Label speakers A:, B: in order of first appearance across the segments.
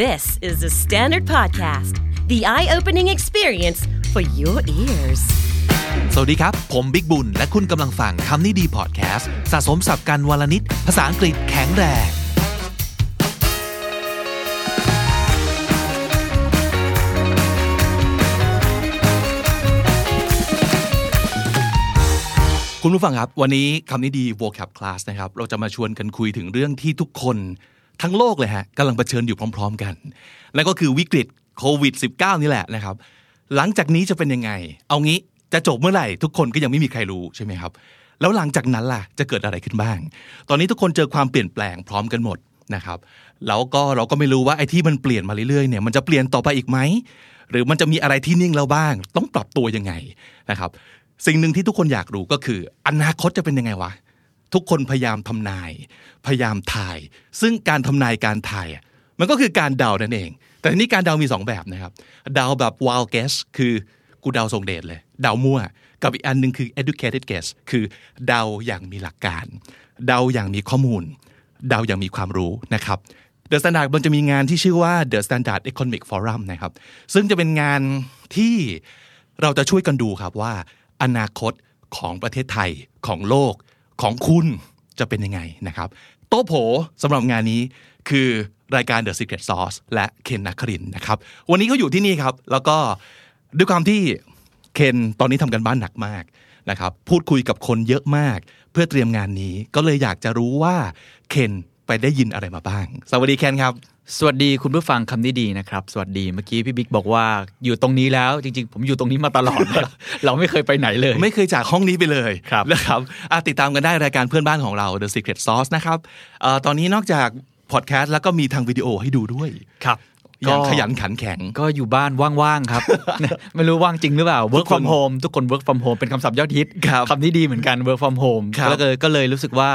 A: This is the Standard Podcast, the eye opening experience for your ears.
B: สวัสดีครับ ผมบิ๊กบุญ และคุณกำลังฟังคำนี้ดีพอดแคสต์สะสมสับการวลนิด ภาษาอังกฤษแข็งแรง
C: คุณผู้ฟังครับ วันนี้คำนี้ดี vocab class นะครับ เราจะมาชวนกันคุยถึงเรื่องที่ทุกคนทั้งโลกเลยฮะกำลังเผชิญอยู่พร้อมๆกัน และก็คือวิกฤตโควิด -19 นี่แหละนะครับ หลังจากนี้จะเป็นยังไง เอางี้จะจบเมื่อไหร่ ทุกคนก็ยังไม่มีใครรู้ใช่ไหมครับ แล้วหลังจากนั้นล่ะจะเกิดอะไรขึ้นบ้าง ตอนนี้ทุกคนเจอความเปลี่ยนแปลงพร้อมกันหมดนะครับแล้วก็เราก็ไม่รู้ว่าไอ้ที่มันเปลี่ยนมาเรื่อยๆเนี่ยมันจะเปลี่ยนต่อไปอีกไหมหรือมันจะมีอะไรที่นิ่งแล้วบ้าง ต้องปรับตัวยังไงนะครับ สิ่งหนึ่งที่ทุกคนอยากรู้ก็คืออนาคตจะเป็นยังไงวะ ทุกคนพยายามทำนาย พยายามทาย ซึ่งการทำนายการทายอะมันก็คือการเดานั่นเอง แต่ทีนี้การเดามีสองแบบนะครับ เดาแบบ wild guess คือกูเดาทรงเดชเลย เดามั่ว กับอีกอันหนึ่งคือ educated guess คือเดาอย่างมีหลักการ เดาอย่างมีข้อมูล เดาอย่างมีความรู้นะครับ The Standard มันจะมีงานที่ชื่อว่า The Standard Economic Forum นะครับ ซึ่งจะเป็นงานที่เราจะช่วยกันดูครับว่า อนาคตของประเทศไทยของโลกของคุณจะเป็นยังไงนะครับ โต๊ะโผสำหรับงานนี้คือรายการ The Secret Sauce และเคนนักครินทร์นะครับ วันนี้เขาอยู่ที่นี่ครับ แล้วก็ด้วยความที่ เคนตอนนี้ทำกันบ้านหนักมากนะครับ พูดคุยกับคนเยอะมาก เพื่อเตรียมงานนี้ก็เลยอยากจะรู้ว่าเคนไปได้ยินอะไรมาบ้าง สวัสดีเคนครับ
D: สวัสดีคุณผู้ฟังคำนี้ดีนะครับ สวัสดีเมื่อกี้พี่บิ๊กบอกว่าอยู่ตรงนี้แล้วจริงๆ ผมอยู่ตรงนี้มาตลอด นะ เราไม่เคยไปไหนเลย
C: ไม่เคยจากห้องนี้ไปเลย
D: ครับ
C: นะครับอ่ะติดตามกันได้รายการเพื่อนบ้านของเรา The Secret Sauce นะครับเอ่อตอนนี้นอกจากพอดแคสต์แล้วก็มีทางวิดีโอให้ดูด้วย
D: ครับ
C: อย่างขยันขันแข็ง
D: ก็อยู่บ้านว่างๆครับ ไม่รู้ว่างจริงหรือเปล่า work
C: ทุกคน
D: from home ทุกคน work from home เป็นคำศัพท์ยอดฮิต
C: ครับ
D: คำนี้ดีเหมือนกัน work from home
C: ครับ
D: ก็เลยก็เลยรู้สึกว่า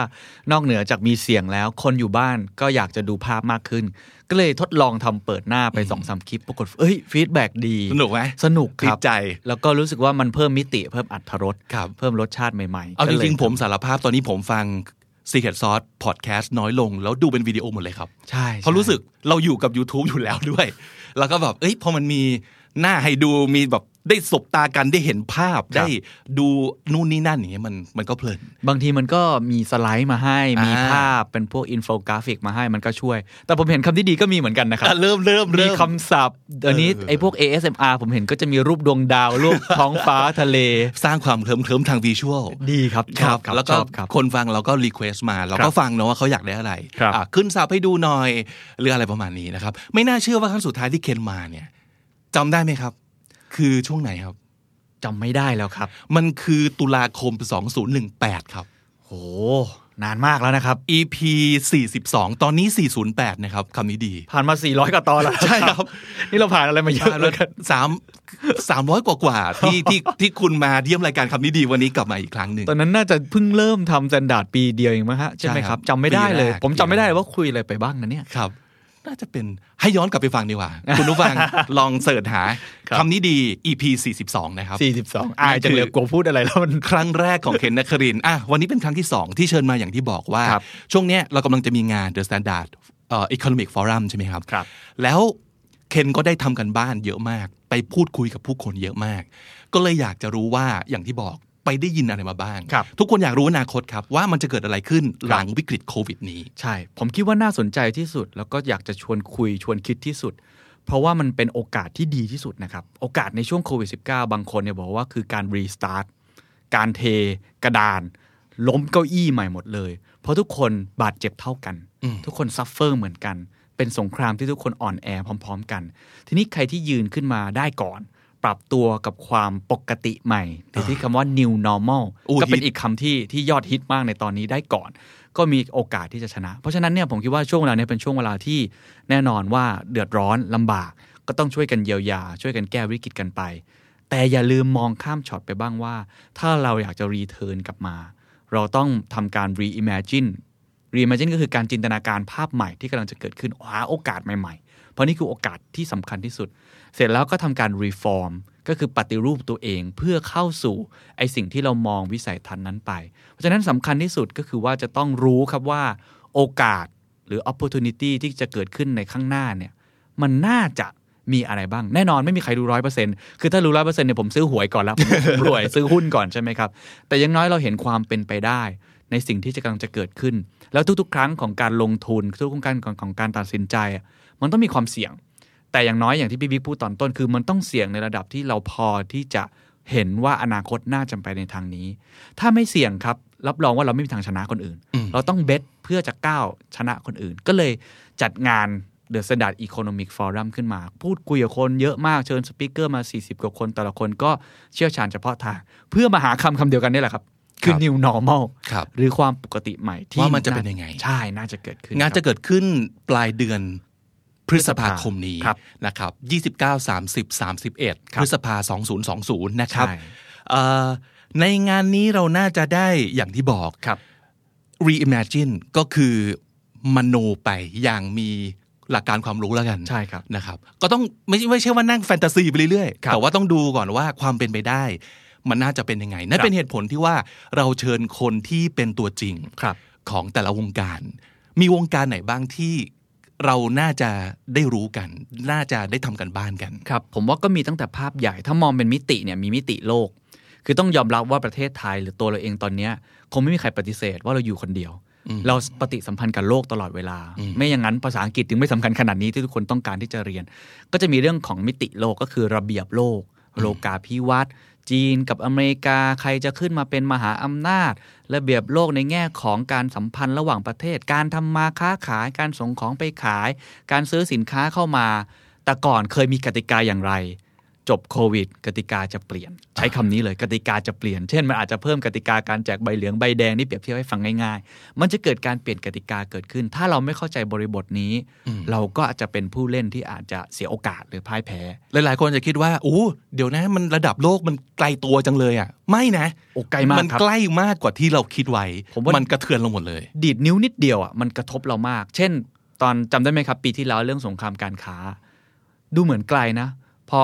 D: นอกเหนือจากมีเสียงแล้ว คนอยู่บ้านก็อยากจะดูภาพมากขึ้น ก็เลยทดลองทำเปิดหน้าไปสองสามคลิปปรากฏเอ้ยฟีดแบ็ดี
C: สนุกไหม
D: สนุกค
C: ติ
D: รับ
C: ดใจ
D: แล้วก็รู้สึกว่ามันเพิ่มมิติเพิ่มอรรถรส
C: ครับ
D: เพิ่มรสชาติใหม่ๆ
C: เอาจ
D: ก็ลย
C: ริงๆ ผมสารภาพตอนนี้ผมฟัง Secret Sauce Podcast น้อยลง แล้วดูเป็นวิดีโอหมดเลยครับ
D: ใช่
C: เพราะรู้สึกเราอยู่กับ YouTube อยู่แล้วด้วย แล้วก็แบบ เอ้ยพอมันมีหน้าให้ดูมีแบบได้สบตากันได้เห็นภาพได้ดูนู่นนี่นั่นอย่างเงี้ยมันมันก็เพลิน
D: บางทีมันก็มีสไลด์มาให้ มี
C: อ่า
D: ภาพเป็นพวกอินโฟกราฟิกมาให้มันก็ช่วย แต่ผมเห็นคำที่ดีก็มีเหมือนกันนะครับ
C: อ่ะเริ่มเริ่ม
D: มี
C: เริ่ม
D: คำศัพท์เดี๋ยวนี้
C: เออ
D: ไอ้พวก ASMR ผมเห็นก็จะมีรูปดวงดาว รูปท้องฟ้าทะเล
C: สร้างความเคลิ้มเคลิ้มทางวิชวล
D: ดีครับ
C: ค
D: ชอ
C: รั
D: บบ ครับ
C: แล้วก็
D: ชอบครับ
C: คนฟังเราก็รีเควสต์มา เรา
D: ครั
C: ก็
D: บ
C: ฟังเนาะว่าเขาอยากได้อะไร
D: ครับ
C: อ่ะขึ้นสาบให้ดูหน่อยหรืออะไรประมาณนี้นะครับ ไม่น่าเชื่อว่าครั้งสุดท้ายที่เคนมาเนี่ยจำได้ไหมครับ คือช่วงไหนครับ
D: จำไม่ได้แล้วครับ
C: มันคือตุลาคม 2018 ครับ
D: โห นานมากแล้วนะครับ
C: EP 42 ตอนนี้ 408 นะครับคำนี้ดี
D: ผ่านมา 400กว่าตอนแล้ว
C: ใช่ครับ
D: นี่เราผ่านอะไรมาเยอะแล้วกัน
C: สามสามร้อยกว่ากว่าที่ที่ที่คุณมาเยี่ยมรายการคำนี้ดีวันนี้กลับมาอีกครั้งหนึ่ง
D: ตอนนั้นน่าจะเพิ่งเริ่มทำแซนดาร์ดปีเดียวเองมั้งฮะใช่ไหม
C: ใช่ค
D: ค
C: รั
D: รั
C: บบ
D: จำไม่ได้เลย
C: ปีแรก
D: ผมจำไม่ได้เลยว่าคุยอะไรไปบ้างนะเนี่ย
C: ครับ น่าจะเป็นให้ย้อนกลับไปฟังดีกว่า คุณผู้ฟัง ลองเสิร์ชหา
D: ครับ
C: คำนี้ดี EP 42 นะครับ
D: 42อายจังเลยกลัวพูดอะไรแล้วมัน
C: ครั้งแรกของเคนนักครินทร์อ่ะวันนี้เป็นครั้งที่ 2 ที่เชิญมาอย่างที่บอกว่า
D: ครับ
C: ช่วงเนี้ยเรากำลังจะมีงาน The Standard เอ่อ Economic Forum ใช่ไหมครับ
D: ครับ
C: แล้วเคนก็ได้ทำกันบ้านเยอะมาก ไปพูดคุยกับผู้คนเยอะมาก ก็เลยอยากจะรู้ว่าอย่างที่บอกไปได้ยินอะไรมาบ้าง
D: ครับ
C: ทุกคนอยากรู้อนาคตครับ ว่ามันจะเกิดอะไรขึ้นหลังวิกฤตโควิดนี้
D: ใช่ ผมคิดว่าน่าสนใจที่สุด แล้วก็อยากจะชวนคุยชวนคิดที่สุด เพราะว่ามันเป็นโอกาสที่ดีที่สุดนะครับ โอกาสในช่วงโควิด -19 บางคนเนี่ยบอกว่าคือการรีสตาร์ทการเทกระดาน ล้มเก้าอี้ใหม่หมดเลย เพราะทุกคนบาดเจ็บเท่ากัน
C: อืม
D: ทุกคนซัฟเฟอร์เหมือนกัน เป็นสงครามที่ทุกคนอ่อนแอพร้อม ๆ กัน ทีนี้ใครที่ยืนขึ้นมาได้ก่อน ปรับตัวกับความปกติใหม่หรือที่คำว่า new normal
C: โอ้
D: ก็
C: ฮิ
D: เป็น
C: ต
D: อีกคำที่ที่ยอดฮิตมากในตอนนี้ได้ก่อน ก็มีโอกาสที่จะชนะ เพราะฉะนั้นเนี่ยผมคิดว่าช่วงเวลาเนี้เป็นช่วงเวลาที่แน่นอนว่าเดือดร้อนลำบาก ก็ต้องช่วยกันเยียวยา ช่วยกันแก้วิกฤตกันไป แต่อย่าลืมมองข้ามช็อตไปบ้างว่า ถ้าเราอยากจะรีเทิร์นกลับมา เราต้องทำการ reimagine reimagine ก็คือการจินตนาการภาพใหม่ที่กำลังจะเกิดขึ้นหาโอกาสใหม่ๆ เพราะนี่คือโอกาสที่สำคัญที่สุด เสร็จแล้วก็ทำการ reform ก็คือปฏิรูปตัวเองเพื่อเข้าสู่ไอสิ่งที่เรามองวิสัยทัศน์นั้นไป เพราะฉะนั้นสำคัญที่สุดก็คือว่าจะต้องรู้ครับว่าโอกาสหรือ opportunity ที่จะเกิดขึ้นในข้างหน้าเนี่ย มันน่าจะมีอะไรบ้าง แน่นอนไม่มีใครรู้ร้อยเปอร์เซ็นต์คือถ้ารู้ร้อยเปอร์เซ็นต์เนี่ยผมซื้อหวยก่อนแล้ว ผมรวยซื้อหุ้นก่อนใช่ไหมครับ แต่อยังน้อยเราเห็นความเป็นไปได้ ในสิ่งที่จะกำลังจะเกิดขึ้น แล้วทุกๆ ครั้งของการลงทุนทุกๆครั้งของของการตัดสินใจอะมันต้องมีความเสี่ยง แต่อย่างน้อยอย่างที่พี่บิ๊กพูดตอนต้นคือมันต้องเสี่ยงในระดับที่เราพอที่จะเห็นว่าอนาคตน่าจะไปในทางนี้ ถ้าไม่เสี่ยงครับ รับรองว่าเราไม่มีทางชนะคนอื่น
C: อืม
D: เราต้องเบสเพื่อจะก้าวชนะคนอื่น ก็เลยจัดงาน The Standard Economic Forum ขึ้นมา พูดคุยกับคนเยอะมากเชิญสปิเกอร์มา 40 กว่าคน แต่ละคนก็เชี่ยวชาญเฉพาะทาง เพื่อมาหาคำคำเดียวกันนี่แหละครับ คือ
C: ครับ
D: new normal
C: ครับ
D: หรือความปกติใหม่ที่
C: ว่ามันจะเป็นยังไง
D: ใช่น่าจะเกิดขึ้น
C: งานจะ
D: ครับ
C: เกิดขึ้นปลายเดือนพฤษภาคมนี้
D: ครับ
C: นะครับ29 30 31พ
D: ครับ
C: ฤษภา 2020 นะครับ
D: ใช่
C: เอ่อในงานนี้เราน่าจะได้อย่างที่บอก
D: ครับ
C: reimagine ก็คือมโนไปอย่างมีหลักการความรู้แล้วกัน
D: ใช่ครับ
C: นะครับ ก็ต้องไม่ไม่ใช่ว่านั่งแฟนตาซีไปเรื่อย
D: ค
C: ๆ
D: รับ
C: แต่ว่าต้องดูก่อนว่าความเป็นไปได้ มันน่าจะเป็นยังไง นั่น
D: ครับ
C: เป็นเหตุผลที่ว่าเราเชิญคนที่เป็นตัวจริง
D: ครับ
C: ของแต่ละวงการ มีวงการไหนบ้างที่เราน่าจะได้รู้กัน น่าจะได้ทำกันบ้านกัน
D: ครับผมว่าก็มีตั้งแต่ภาพใหญ่ถ้ามองเป็นมิติเนี่ยมีมิติโลก คือต้องยอมรับว่าประเทศไทยหรือตัวเราเองตอนเนี้ยคงไม่มีใครปฏิเสธว่าเราอยู่คนเดียว เราปฏิสัมพันธ์กับโลกตลอดเวลา ไม่อย่างนั้นภาษาอังกฤษถึงไม่สำคัญขนาดนี้ที่ทุกคนต้องการที่จะเรียน ก็จะมีเรื่องของมิติโลกก็คือระเบียบโลก โลกาพิวัตน์จีนกับอเมริกาใครจะขึ้นมาเป็นมหาอำนาจ ระเบียบโลกในแง่ของการสัมพันธ์ระหว่างประเทศ การทำมาค้าขายการส่งของไปขาย การซื้อสินค้าเข้ามา แต่ก่อนเคยมีกติกาอย่างไร จบโควิด กติกาจะเปลี่ยน ใช้คำนี้เลยกติกาจะเปลี่ยน เช่นมันอาจจะเพิ่มกติกาการแจกใบเหลืองใบแดงนี่เปรียบเทียบให้ฟังง่ายๆ มันจะเกิดการเปลี่ยนกติกาเกิดขึ้น ถ้าเราไม่เข้าใจบริบทนี้ เราก็อาจจะเป็นผู้เล่นที่อาจจะเสียโอกาสหรือพ่ายแพ้
C: หลาย ๆ คนจะคิดว่าโอ้เดี๋ยวนะมันระดับโลกมันไกลตัวจังเลยอ่ะ ไม่นะ
D: โอ้ไกลมาก
C: มัน
D: ครับ
C: ใกล้มากกว่าที่เราคิดไว้
D: ผมว่า
C: นกระเทือนเราหมดเลย
D: ดีดนิ้วนิดเดียวอ่ะมันกระทบเรามาก เช่น ตอนจำได้ไหมครับ ปีที่แล้วเรื่องสงครามการค้า ดูเหมือนไกลนะ พอ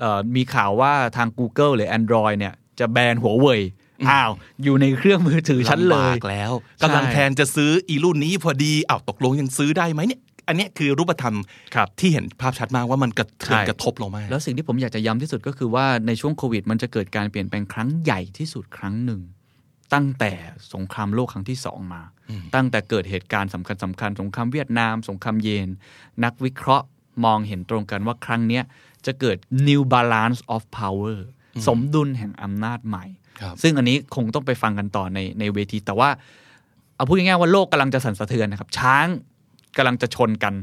D: เออมีข่าวว่าทาง Google หรือ Android เนี่ยจะแบนหัวเว่ยอ้าว อยู่ในเครื่องมือถือฉันเล
C: ำ
D: ย
C: บากแล้ว
D: ใช่
C: กำลังแทนจะซื้ออีรุ่นนี้พอดีอ้าวตกลงยังซื้อได้ไหมเนี่ยอันเนี้ยคือรูปธรรม
D: ครับ
C: ที่เห็นภาพชัดมากว่ามันกระเทือน
D: ใช่
C: กระทบเรามาก
D: แล้วสิ่งที่ผมอยากจะย้ำที่สุดก็คือว่าในช่วงโควิด มันจะเกิดการเปลี่ยนแปลงครั้งใหญ่ที่สุดครั้งหนึ่ง ตั้งแต่สงครามโลกครั้งที่สองมา ตั้งแต่เกิดเหตุการณ์สำคัญสำคัญๆสงครามเวียดนาม สงครามเย็น นักวิเคราะห์มองเห็นตรงกันว่าครั้งเนี้ยจะเกิด new balance of power สมดุลแห่งอำนาจใหม่
C: ครับ
D: ซึ่งอันนี้คงต้องไปฟังกันต่อในในเวที แต่ว่า เอาพูดง่ายๆว่าโลกกำลังจะสั่นสะเทือนนะครับ ช้างกำลังจะชนกัน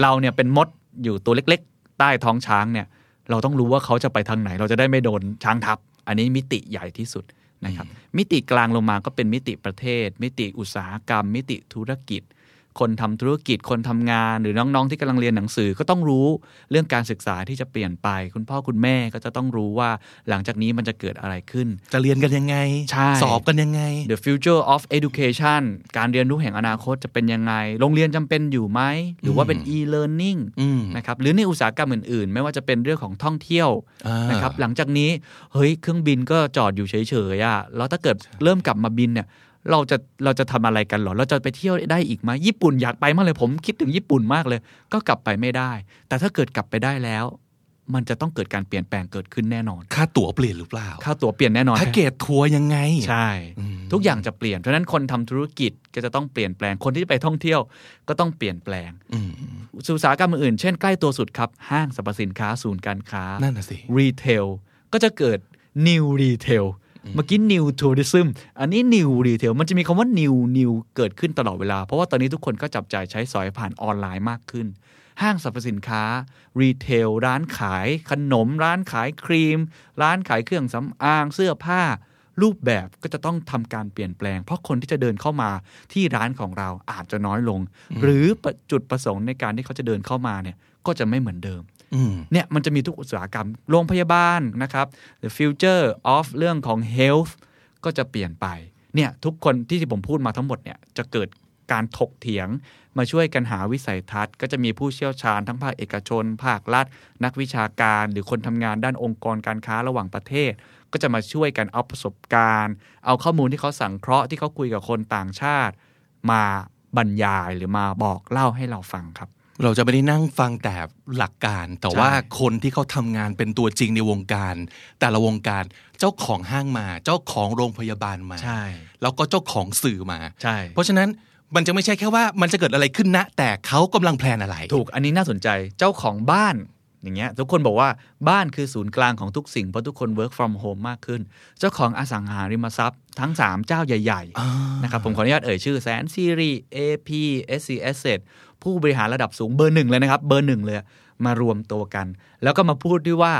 D: เราเนี่ยเป็นมดอยู่ตัวเล็กๆ ใต้ท้องช้างเนี่ย เราต้องรู้ว่าเขาจะไปทางไหน เราจะได้ไม่โดนช้างทับ อันนี้มิติใหญ่ที่สุดนะครับ มิติกลางลงมาก็เป็นมิติประเทศ มิติอุตสาหกรรม มิติธุรกิจ คนทำธุรกิจคนทำงานหรือน้องๆที่กำลังเรียนหนังสือก็ต้องรู้เรื่องการศึกษาที่จะเปลี่ยนไป คุณพ่อคุณแม่ก็จะต้องรู้ว่าหลังจากนี้มันจะเกิดอะไรขึ้น
C: จะเรียนกันยังไง
D: ใช่
C: สอบกันยังไง
D: The future of education การเรียนรู้แห่งอนาคตจะเป็นยังไง โรงเรียนจำเป็นอยู่ไหม หรือว่าเป็น e-learning
C: อืม
D: นะครับ หรือในอุตสาหกรรมอื่นๆ ไม่ว่าจะเป็นเรื่องของท่องเที่ยว
C: อ่าน
D: นะครับ หลังจากนี้ เฮ้ย เครื่องบินก็จอดอยู่เฉยๆอะแล้วถ้าเกิดเริ่มกลับมาบินเนี่ย เราจะ เราจะทำอะไรกันหรอ เราจะไปเที่ยวได้อีกไหมญี่ปุ่นอยากไปมากเลย ผมคิดถึงญี่ปุ่นมากเลย ก็กลับไปไม่ได้ แต่ถ้าเกิดกลับไปได้แล้ว มันจะต้องเกิดการเปลี่ยนแปลงเกิดขึ้นแน่นอน
C: ค่าตั๋วเปลี่ยนหรือเปล่า
D: ค่าตั๋วเปลี่ยนแน่นอน
C: แพ็กเกจทัวร์ยังไง
D: ใช่ ทุกอย่างจะเปลี่ยน เพราะฉะนั้นคนทำธุรกิจก็จะต้องเปลี่ยนแปลงคนที่ไปท่องเที่ยวก็ต้องเปลี่ยนแปลง
C: อืม
D: อุตสาหกรรมอื่นๆเช่นใกล้ตัวสุดครับ ห้างสรรพสินค้าศูนย์การค้า
C: นั่นน่ะสิ
D: รีเทลก็จะเกิด new retail เมื่อกี้ new tourism อันนี้ new retail มันจะมีคำว่า new new เกิดขึ้นตลอดเวลา เพราะว่าตอนนี้ทุกคนก็จับจ่ายใช้สอยผ่านออนไลน์มากขึ้น ห้างสรรพสินค้า รีเทล ร้านขาย ขนม ร้านขายครีม ร้านขายเครื่องสำอาง เสื้อผ้า รูปแบบก็จะต้องทำการเปลี่ยนแปลง เพราะคนที่จะเดินเข้ามาที่ร้านของเราอาจจะน้อยลง หรือประจุดประสงค์ในการที่เขาจะเดินเข้ามาเนี่ยก็จะไม่เหมือนเดิม
C: อืม
D: เนี่ยมันจะมีทุกอุตสาหกรรม โรงพยาบาลนะครับ the future of เรื่องของ health ก็จะเปลี่ยนไป เนี่ยทุกคนที่ที่ผมพูดมาทั้งหมดเนี่ยจะเกิดการถกเถียง มาช่วยกันหาวิสัยทัศน์ ก็จะมีผู้เชี่ยวชาญทั้งภาคเอกชน ภาครัฐ นักวิชาการ หรือคนทำงานด้านองค์กรการค้าระหว่างประเทศ ก็จะมาช่วยกันเอาประสบการณ์ เอาข้อมูลที่เขาสังเคราะห์ที่เขาคุยกับคนต่างชาติ มาบรรยายหรือมาบอกเล่าให้เราฟังครับ
C: เราจะไม่ได้นั่งฟังแต่หลักการ แต่
D: ใช่
C: ว่าคนที่เขาทำงานเป็นตัวจริงในวงการ แต่ละวงการเจ้าของห้างมา เจ้าของโรงพยาบาลมา
D: ใช่
C: แล้วก็เจ้าของสื่อมา
D: ใช่
C: เพราะฉะนั้นมันจะไม่ใช่แค่ว่ามันจะเกิดอะไรขึ้นนะ แต่เขากำลังแพลนอะไร
D: ถูกอันนี้น่าสนใจเจ้าของบ้านอย่างเงี้ยทุกคนบอกว่าบ้านคือศูนย์กลางของทุกสิ่งเพราะทุกคน work from home มากขึ้น เจ้าของอสังหาริมทรัพย์ทั้ง 3 เจ้าใหญ่
C: อ่า
D: ๆนะครับผมขออนุญาตเอ่ยชื่อแสนซีรี AP SC Asset ผู้บริหารระดับสูงเบอร์หนึ่งเลยนะครับ เบอร์หนึ่งเลยมารวมตัวกัน แล้วก็มาพูดด้วยว่า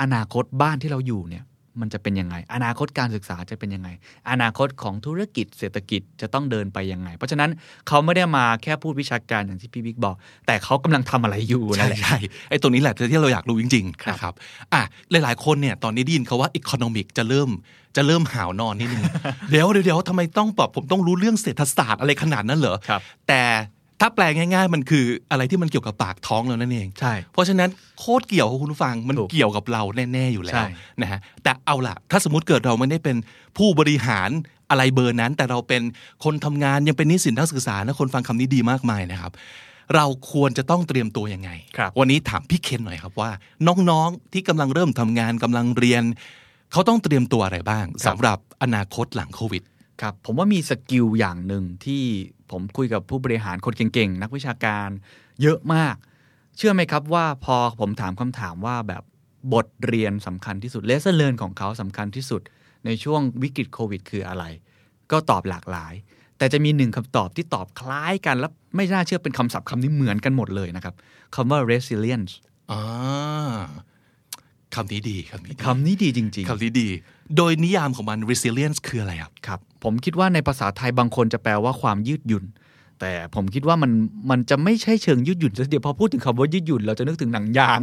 D: อนาคตบ้านที่เราอยู่เนี่ยมันจะเป็นยังไง อนาคตการศึกษาจะเป็นยังไง อนาคตของธุรกิจเศรษฐกิจจะต้องเดินไปยังไง เพราะฉะนั้นเขาไม่ได้มาแค่พูดวิชาการอย่างที่พี่บิ๊กบอก แต่เขากำลังทำอะไรอยู่นั่น
C: ใช่
D: แหละ
C: ใช่ไอ้ตรงนี้แหละที่เราอยากรู้จริงๆ
D: ครับ
C: นะครับอ่ะหลายๆคนเนี่ยตอนนี้ได้ยินเขาว่า economic จะเริ่มจะเริ่มหาวนอนนิดนึง เดี๋ยวเดี๋ยวเดี๋ยวทำไมต้องแบบผมต้องรู้เรื่องเศรษฐศาสตร์อะไรขนาดนั้นเหรอ
D: ครับ
C: แต่ถ้าแปลง่าย ๆ มันคืออะไรที่มันเกี่ยวกับปากท้องเรานั่นเอง
D: ใช่
C: เพราะฉะนั้นโคตรเกี่ยวกับคุณผู้ฟังมัน
D: ถูก
C: เกี่ยวกับเราแน่ ๆ อยู่แล้
D: ใช่
C: วนะฮะแต่เอาล่ะ ถ้าสมมติเกิดเราไม่ได้เป็นผู้บริหารอะไรเบอร์นั้น แต่เราเป็นคนทำงานยังเป็นนิสิตนักศึกษานะคนฟังคำนี้ดีมากมายนะครับ เราควรจะต้องเตรียมตัวยังไง
D: ครับ
C: วันนี้ถามพี่เคนหน่อยครับว่า น้องๆที่กำลังเริ่มทำงานกำลังเรียน เขาต้องเตรียมตัวอะไรบ้างสำหรับอนาคตหลังโควิด
D: ครับผมว่ามีสกิลอย่างหนึ่งที่ผมคุยกับผู้บริหารคนเก่งๆ นักวิชาการเยอะมาก เชื่อไหมครับว่าพอผมถามคำถามว่าแบบบทเรียนสำคัญที่สุดเลสเ o อร์เ n ของเขาสำคัญที่สุด ในช่วงวิกฤตโควิดคืออะไร ก็ตอบหลากหลาย แต่จะมีหนึ่งคำตอบที่ตอบคล้ายกัน และไม่น่าเชื่อเป็นคำศัพท์คำนี้เหมือนกันหมดเลยนะครับคำว่า resilience
C: อ่าคำนี้ดีคำนี้ดี
D: คำนี้ดีจริง ๆ
C: คำนี้ดี โดยนิยามของมัน resilience คืออะไรครับ
D: ครับผมคิดว่าในภาษาไทยบางคนจะแปลว่าความยืดหยุ่น แต่ผมคิดว่ามันมันจะไม่ใช่เชิงยืดหยุ่นซะทีเดียวพอพูดถึงคำว่ายืดหยุ่นเราจะนึกถึงหนังยาง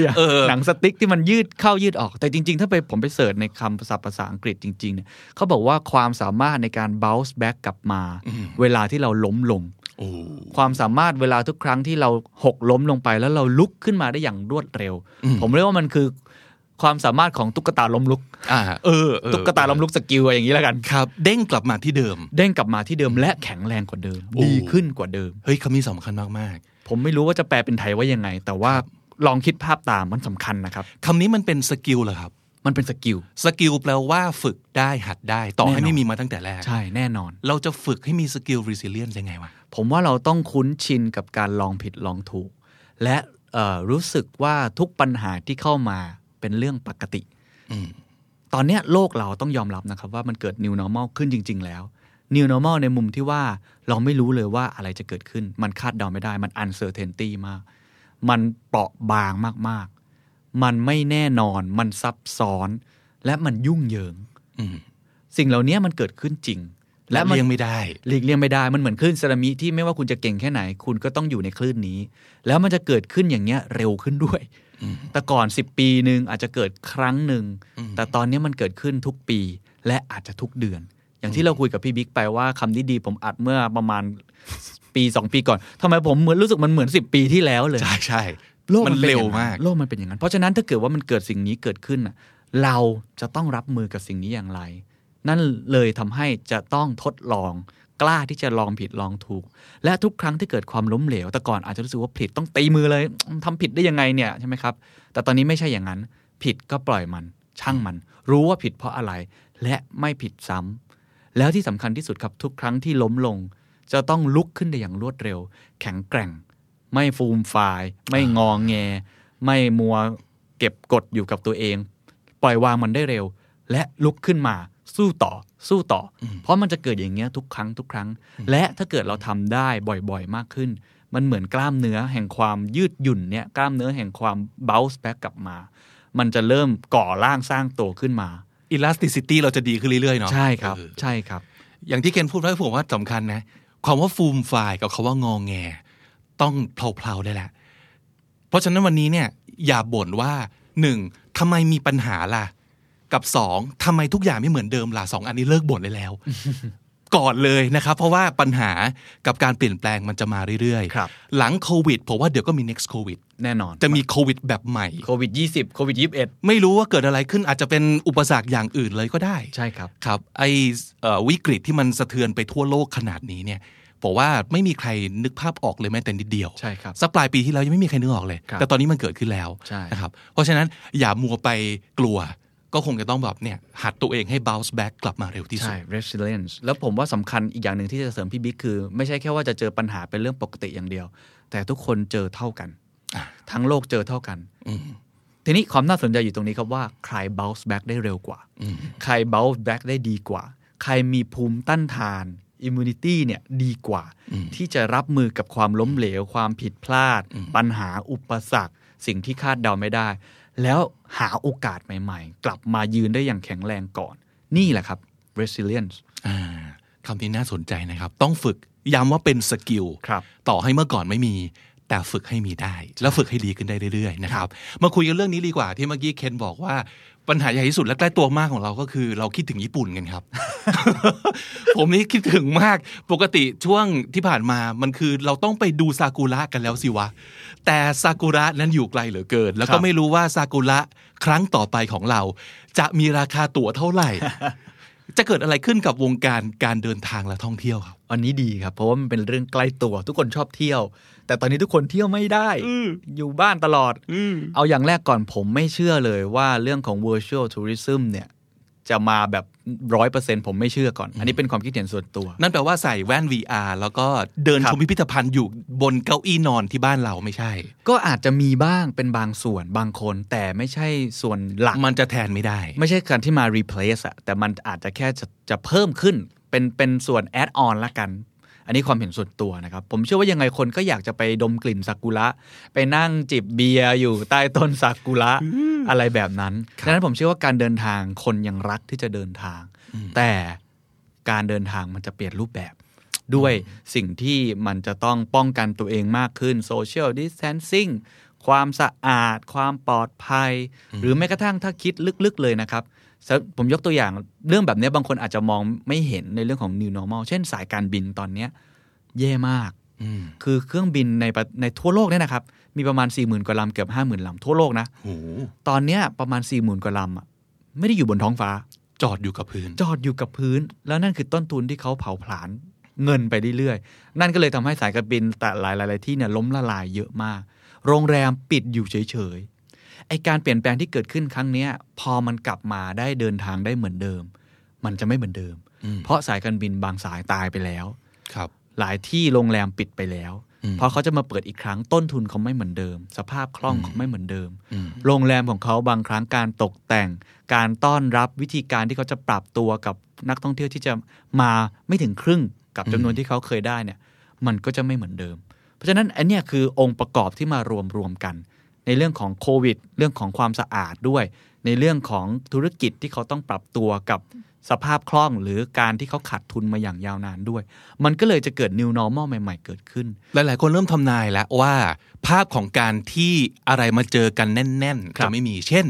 D: อย่าง
C: เออ
D: หนังสติ๊กที่มันยืดเข้ายืดออก แต่จริง ๆ ถ้าไปผมไปเสิร์ชในคำภาษาภาษาอังกฤษจริงๆเนี่ยเขาบอกว่าความสามารถในการ bounce back กลับมา เวลาที่เราล้มลง
C: โอ้
D: ความสามารถเวลาทุกครั้งที่เราหกล้มลงไปแล้วเราลุกขึ้นมาได้อย่างรวดเร็ว ผมเรียกว่ามันคือ ความสามารถของตุ๊กตาล้มลุก
C: อ่าเออเออ
D: ตุ๊กตาล้มลุกสกิลอะไรอย่างนี้แล้วกัน
C: ครับ เด้งกลับมาที่เดิม
D: เด้งกลับมาที่เดิมและแข็งแรงกว่าเดิม
C: โอ้
D: ดีขึ้นกว่าเดิม
C: เฮ้ยคำนี้สำคัญมาก
D: ผมไม่รู้ว่าจะแปลเป็นไทยว่ายังไง แต่ว่าลองคิดภาพตามมันสำคัญนะครับ
C: ๆคำนี้มันเป็นสกิลเหรอครับ
D: มันเป็นสกิล
C: สกิลแปลว่าฝึกได้หัดได้ ต่อให้
D: แน่นอน
C: ไม่มีมาตั้งแต่แรก
D: ใช่แน่นอน
C: เราจะฝึกให้มีสกิล resilience ยังไงวะ
D: ผมว่าเราต้องคุ้นชินกับการลองผิดลองถูก และเอ่อรู้สึกว่าทุกปัญหาที่เข้ามาเป็นเรื่องปกติ
C: อืม
D: ตอนเนี้ยโลกเราต้องยอมรับนะครับว่ามันเกิด new normal ขึ้นจริง ๆ แล้ว new normal ในมุมที่ว่าเราไม่รู้เลยว่าอะไรจะเกิดขึ้น มันคาดเดาไม่ได้ มัน uncertainty มาก มันเปราะบางมากๆ มันไม่แน่นอน มันซับซ้อน และมันยุ่งเหยิง
C: อืม
D: สิ่งเหล่านี้มันเกิดขึ้นจริง
C: และ
D: น
C: เลี้ยงไม่ได้
D: หลีกเลี่ยงไม่ได้ มันเหมือนคลื่นสึนามิที่ไม่ว่าคุณจะเก่งแค่ไหน คุณก็ต้องอยู่ในคลื่นนี้ แล้วมันจะเกิดขึ้นอย่างเงี้ยเร็วขึ้นด้วย แต่ก่อน 10 ปีหนึ่งอาจจะเกิดครั้งหนึ่ง แต่ตอนเนี้ยมันเกิดขึ้นทุกปีและอาจจะทุกเดือน อย่างที่เราคุยกับพี่บิ๊กไปว่าคำนี้ดีผมอัดเมื่อประมาณ ปี 2 ปีก่อนทำไมผมเหมือนรู้สึกมันเหมือน 10 ปีที่แล้วเลย
C: ใช่ใช่
D: โลก
C: มัน
D: ป็
C: เร็
D: อ
C: ว
D: ย่งนั้น
C: มาก
D: โลกมันเป็นอย่างนั้น เพราะฉะนั้นถ้าเกิดว่ามันเกิดสิ่งนี้เกิดขึ้นน่ะเราจะต้องรับมือกับสิ่งนี้อย่างไร นั่นเลยทำให้จะต้องทดลอง กล้าที่จะลองผิดลองถูก และทุกครั้งที่เกิดความล้มเหลว แต่ก่อนอาจจะรู้สึกว่าผิดต้องตีมือเลยอืมทำผิดได้ยังไงเนี่ยใช่ไหมครับ แต่ตอนนี้ไม่ใช่อย่างนั้น ผิดก็ปล่อยมัน ช่างมัน รู้ว่าผิดเพราะอะไร และไม่ผิดซ้ำ แล้วที่สำคัญที่สุดครับทุกครั้งที่ล้มลง จะต้องลุกขึ้นได้อย่างรวดเร็ว แข็งแกร่ง ไม่ฟูมฟาย ไม่งองแง ไม่มัวเก็บกดอยู่กับตัวเอง ปล่อยวางมันได้เร็ว และลุกขึ้นมา สู้ต่อ สู้ต่ออเพราะมันจะเกิดอย่างเงี้ยทุกครั้งทุกครั้ง และถ้าเกิดเราทำได้บ่อยๆมากขึ้น มันเหมือนกล้ามเนื้อแห่งความยืดหยุ่นเนี่ยกล้ามเนื้อแห่งความเบลส์แบ็กกลับมา มันจะเริ่มก่อร่างสร้างตัวขึ้นมา
C: elasticity เราจะดีขึ้นเรื่อยๆเนาะ
D: ใช่ครับ
C: เออ
D: ใช่ครับ
C: อย่างที่เคนพูดไว้ผมว่าสำคัญนะความว่าฟูมไฟล์กับคำว่างองแง ต้องเพลาๆได้แหละ เพราะฉะนั้นวันนี้เนี่ยอย่าบ่นว่าหนึ่งทำไมมีปัญหาล่ะ กับสองทำไมทุกอย่างไม่เหมือนเดิมล่ะสองอันนี้เลิกบ่นได้แล้ว ก่อนเลยนะครับ เพราะว่าปัญหากับการเปลี่ยนแปลงมันจะมาเรื่อย
D: ครับ
C: หลังโควิดผมว่าเดี๋ยวก็มี next covid
D: แน่นอน
C: จะมีโควิดแบบใหม่
D: โควิด 20 โควิด 21
C: ไม่รู้ว่าเกิดอะไรขึ้นอาจจะเป็นอุปสรรคอย่างอื่นเลยก็ได้
D: ใช่ครับ
C: ครับไอเอ่อวิกฤตที่มันสะเทือนไปทั่วโลกขนาดนี้เนี่ย ผมว่าไม่มีใครนึกภาพออกเลยแม้แต่นิดเดียว
D: ใช่ครับ
C: สักปลายปีที่แล้วยังไม่มีใครนึกออกเลย
D: ครับ
C: แต่ตอนนี้มันเกิดขึ้นแล้ว
D: ใช่
C: นะครับ เพราะฉะนั้นอย่ามัวไปกลัว ก็คงจะต้องแบบเนี่ยหัดตัวเองให้ bounce back กลับมาเร็วที่สุ
D: ใช่
C: ด
D: resilience แล้วผมว่าสำคัญอีกอย่างหนึ่งที่จะเสริมพี่บิ๊กคือ ไม่ใช่แค่ว่าจะเจอปัญหาเป็นเรื่องปกติอย่างเดียว แต่ทุกคนเจอเท่ากัน ทั้งโลกเจอเท่ากัน ทีนี้ความน่าสนใจอยู่ตรงนี้ครับว่าใคร bounce back ได้เร็วกว่า ใคร bounce back ได้ดีกว่า ใครมีภูมิต้านทาน immunity เนี่ยดีกว่า ที่จะรับมือกับความล้มเหลว ความผิดพลาด ปัญหาอุปสรรค สิ่งที่คาดเดาไม่ได้ แล้วหาโอกาสใหม่ๆ กลับมายืนได้อย่างแข็งแรงก่อน นี่แหละครับ resilience
C: อ่าคำนี้น่าสนใจนะครับ ต้องฝึกย้ำว่าเป็นสกิล
D: ครับ
C: ต่อให้เมื่อก่อนไม่มี แต่ฝึกให้มีได้ แล้วฝึกให้ดีขึ้นได้เรื่อยๆนะครับ มาคุยกันเรื่องนี้ดีกว่าที่เมื่อกี้เคนบอกว่าปัญหาใหญ่ที่สุดและใกล้ตัวมากของเราก็คือ เราคิดถึงญี่ปุ่นกันครับ ผมนี่คิดถึงมากปกติช่วงที่ผ่านมามันคือเราต้องไปดูซากุระกันแล้วสิวะ แต่ซากุระนั้นอยู่ไกลเหลือเกิน แล้ว
D: ครั
C: ก็
D: บ
C: ไม่รู้ว่าซากุระครั้งต่อไปของเรา จะมีราคาตั๋วเท่าไหร่ จะเกิดอะไรขึ้นกับวงการการเดินทางและท่องเที่ยวครับ
D: อันนี้ดีครับ เพราะว่ามันเป็นเรื่องใกล้ตัว ทุกคนชอบเที่ยว แต่ตอนนี้ทุกคนเที่ยวไม่ได้ อยู่บ้านตลอด เอาอย่างแรกก่อนผมไม่เชื่อเลยว่าเรื่องของ virtual tourism เนี่ย จะมาแบบร้อยเปอร์เซ็นผมไม่เชื่อก่อน อันนี้เป็นความคิดเห็นส่วนตัว
C: นั่นแปลว่าใส่แว่น VR แล้วก็เดิน
D: ครั
C: ช
D: บ
C: มพิพิธภัณฑ์อยู่บนเก้าอี้นอนที่บ้านเราไม่ใช่
D: ก็อาจจะมีบ้างเป็นบางส่วนบางคน แต่ไม่ใช่ส่วนหลัก
C: มันจะแทนไม่ได้
D: ไม่ใช่การที่มา replace อะแต่มันอาจจะแค่จะจะเพิ่มขึ้น เป็นเป็นส่วน add on ละกัน อันนี้ความเห็นส่วนตัวนะครับ ผมเชื่อว่ายังไงคนก็อยากจะไปดมกลิ่นซากุระ ไปนั่งจิบเบียร์อยู่ใต้ต้นซากุระ อะไรแบบนั้นดังนั้นผมเชื่อว่าการเดินทางคนยังรักที่จะเดินทาง แต่การเดินทางมันจะเปลี่ยนรูปแบบ ด้วยสิ่งที่มันจะต้องป้องกันตัวเองมากขึ้น Social Distancing ความสะอาด ความปลอดภัย หรือแม้กระทั่งถ้าคิดลึกๆเลยนะครับสำผมยกตัวอย่างเรื่องแบบเนี้ยบางคนอาจจะมองไม่เห็นในเรื่องของ New Normal เช่นสายการบินตอนเนี้ยแย่มาก
C: อืม
D: คือเครื่องบินในประในทั่วโลกเนี่ยนะครับ มีประมาณ 4 0,000 กว่าลำเกือบ 5 0,000ลำทั่วโลกนะ
C: โห
D: ตอนเนี้ยประมาณ 4 0,000 กว่าลำอะไม่ได้อยู่บนท้องฟ้า
C: จอดอยู่กับพื้น
D: จอดอยู่กับพื้น แล้วนั่นคือต้นทุนที่เขาเผาผลาญเงินไปเรื่อยๆ นั่นก็เลยทำให้สายการบินแต่หลายหลายๆที่เนี่ยล้มละลายเยอะมาก โรงแรมปิดอยู่เฉยๆไอการเปลี่ยนแปลงที่เกิดขึ้นครั้งเนี้ยพอมันกลับมาได้เดินทางได้เหมือนเดิม มันจะไม่เหมือนเดิม
C: อืม
D: เพราะสายการบินบางสายตายไปแล้ว
C: ครับ
D: หลายที่โรงแรมปิดไปแล้ว
C: อืม
D: พอเขาจะมาเปิดอีกครั้งต้นทุนเขาไม่เหมือนเดิม สภาพคล่องเขาไม่เหมือนเดิม
C: อืม
D: โรงแรมของเขาบางครั้งการตกแต่ง การต้อนรับวิธีการที่เขาจะปรับตัวกับนักท่องเที่ยวที่จะมาไม่ถึงครึ่งกับจำนวนที่เขาเคยได้เนี่ย มันก็จะไม่เหมือนเดิม เพราะฉะนั้นอันเนี้ยคือองค์ประกอบที่มารวมรวมกัน ในเรื่องของโควิด เรื่องของความสะอาดด้วย ในเรื่องของธุรกิจที่เขาต้องปรับตัวกับสภาพคล่อง หรือการที่เขาขาดทุนมาอย่างยาวนานด้วย มันก็เลยจะเกิด new normal ใหม่ ๆ เกิดขึ้น
C: หลาย ๆ คนเริ่มทำนายแล้วว่า ภาพของการที่อะไรมาเจอกันแน่น ๆ
D: ครั
C: จะ
D: บ
C: ไม่มี เช่น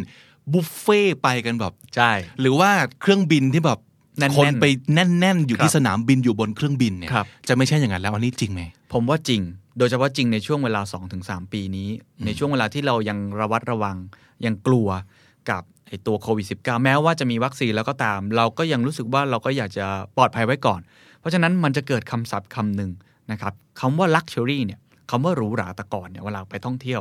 C: บุฟเฟ่ต์ไปกันแบบ
D: ใช่
C: หรือว่าเครื่องบินที่แบบ
D: แน่นๆ
C: คนไปแน่น ๆ อยู่
D: ครับ
C: ที่สนามบินอยู่บนเครื่องบินเนี่ย
D: ครับ
C: จะไม่ใช่อย่างนั้นแล้วอันนี้จริงไหม
D: ผมว่าจริง โดยเฉพาะจริงในช่วงเวลา 2-3 ปีนี้ ในช่วงเวลาที่เรายังระวัดระวัง ยังกลัวกับไอตัวโควิด -19 แม้ว่าจะมีวัคซีนแล้วก็ตาม เราก็ยังรู้สึกว่าเราก็อยากจะปลอดภัยไว้ก่อน เพราะฉะนั้นมันจะเกิดคำศัพท์คำหนึ่งนะครับคำว่า luxury เนี่ยคำว่าหรูหราแตะก่อนเนี่ยเวลาไปท่องเที่ยว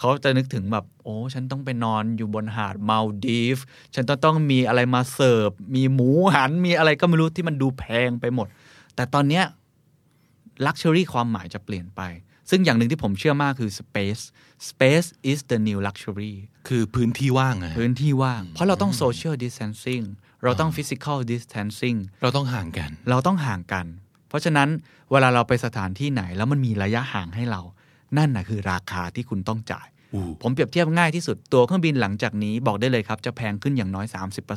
D: เขาจะนึกถึงแบบ โอ้ ฉันต้องไปนอนอยู่บนหาดมาลดีฟ ฉันต้องต้องมีอะไรมาเสิร์ฟ มีหมูหัน มีอะไรก็ไม่รู้ที่มันดูแพงไปหมด แต่ตอนเนี้ย ลักชัวรี่ความหมายจะเปลี่ยนไป ซึ่งอย่างหนึ่งที่ผมเชื่อมากคือ space space is the new luxury
C: คือพื้นที่ว่างอะ
D: พื้นที่ว่าง เพราะเราต้อง social distancing เราต้อง physical distancing
C: เราต้องห่างกัน
D: เราต้องห่างกัน เพราะฉะนั้นเวลาเราไปสถานที่ไหนแล้วมันมีระยะห่างให้เรา นั่นนะคือราคาที่คุณต้องจ่าย
C: อู้
D: ผมเปรียบเทียบง่ายที่สุดตัวเครื่องบินหลังจากนี้บอกได้เลยครับ จะแพงขึ้นอย่างน้อย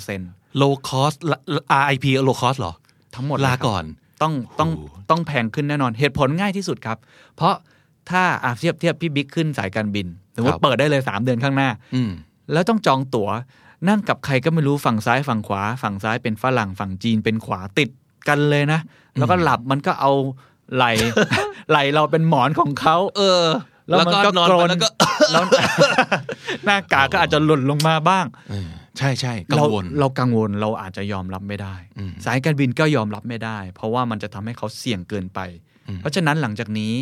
D: 30%
C: low cost ละ RIP low cost เหรอ
D: ทั้งหมด
C: ลา
D: เยครับ
C: ก่อน
D: ต้องต้อง
C: โอ้โห
D: ต้องแพงขึ้นแน่นอนเหตุผลง่ายที่สุดครับ เพราะถ้าอาเทียบเทียบพี่บิ๊กขึ้นสายการบินสมมติเปิดได้เลย 3 เดือนข้างหน้า
C: อืม
D: แล้วต้องจองตั๋ว นั่งกับใครก็ไม่รู้ฝั่งซ้ายฝั่งขวา ฝั่งซ้ายเป็นฝรั่งฝั่งจีนเป็นขวาติดกันเลยนะ แล้วก็หลับมันก็เอาไหล ไหลเราเป็นหมอนของเขาเออ แล้วมันก็
C: แล้วก็นอน
D: กร
C: ไป
D: น
C: แล้วก็
D: แล้ว หน้ากากก็อาจจะหล่นลงมาบ้าง
C: เออใช่ใช่กังวล
D: เราเรากังวลเราอาจจะยอมรับไม่ได้
C: อืม
D: สายการบินก็ยอมรับไม่ได้ เพราะว่ามันจะทำให้เขาเสี่ยงเกินไป เพราะฉะนั้นหลังจากนี้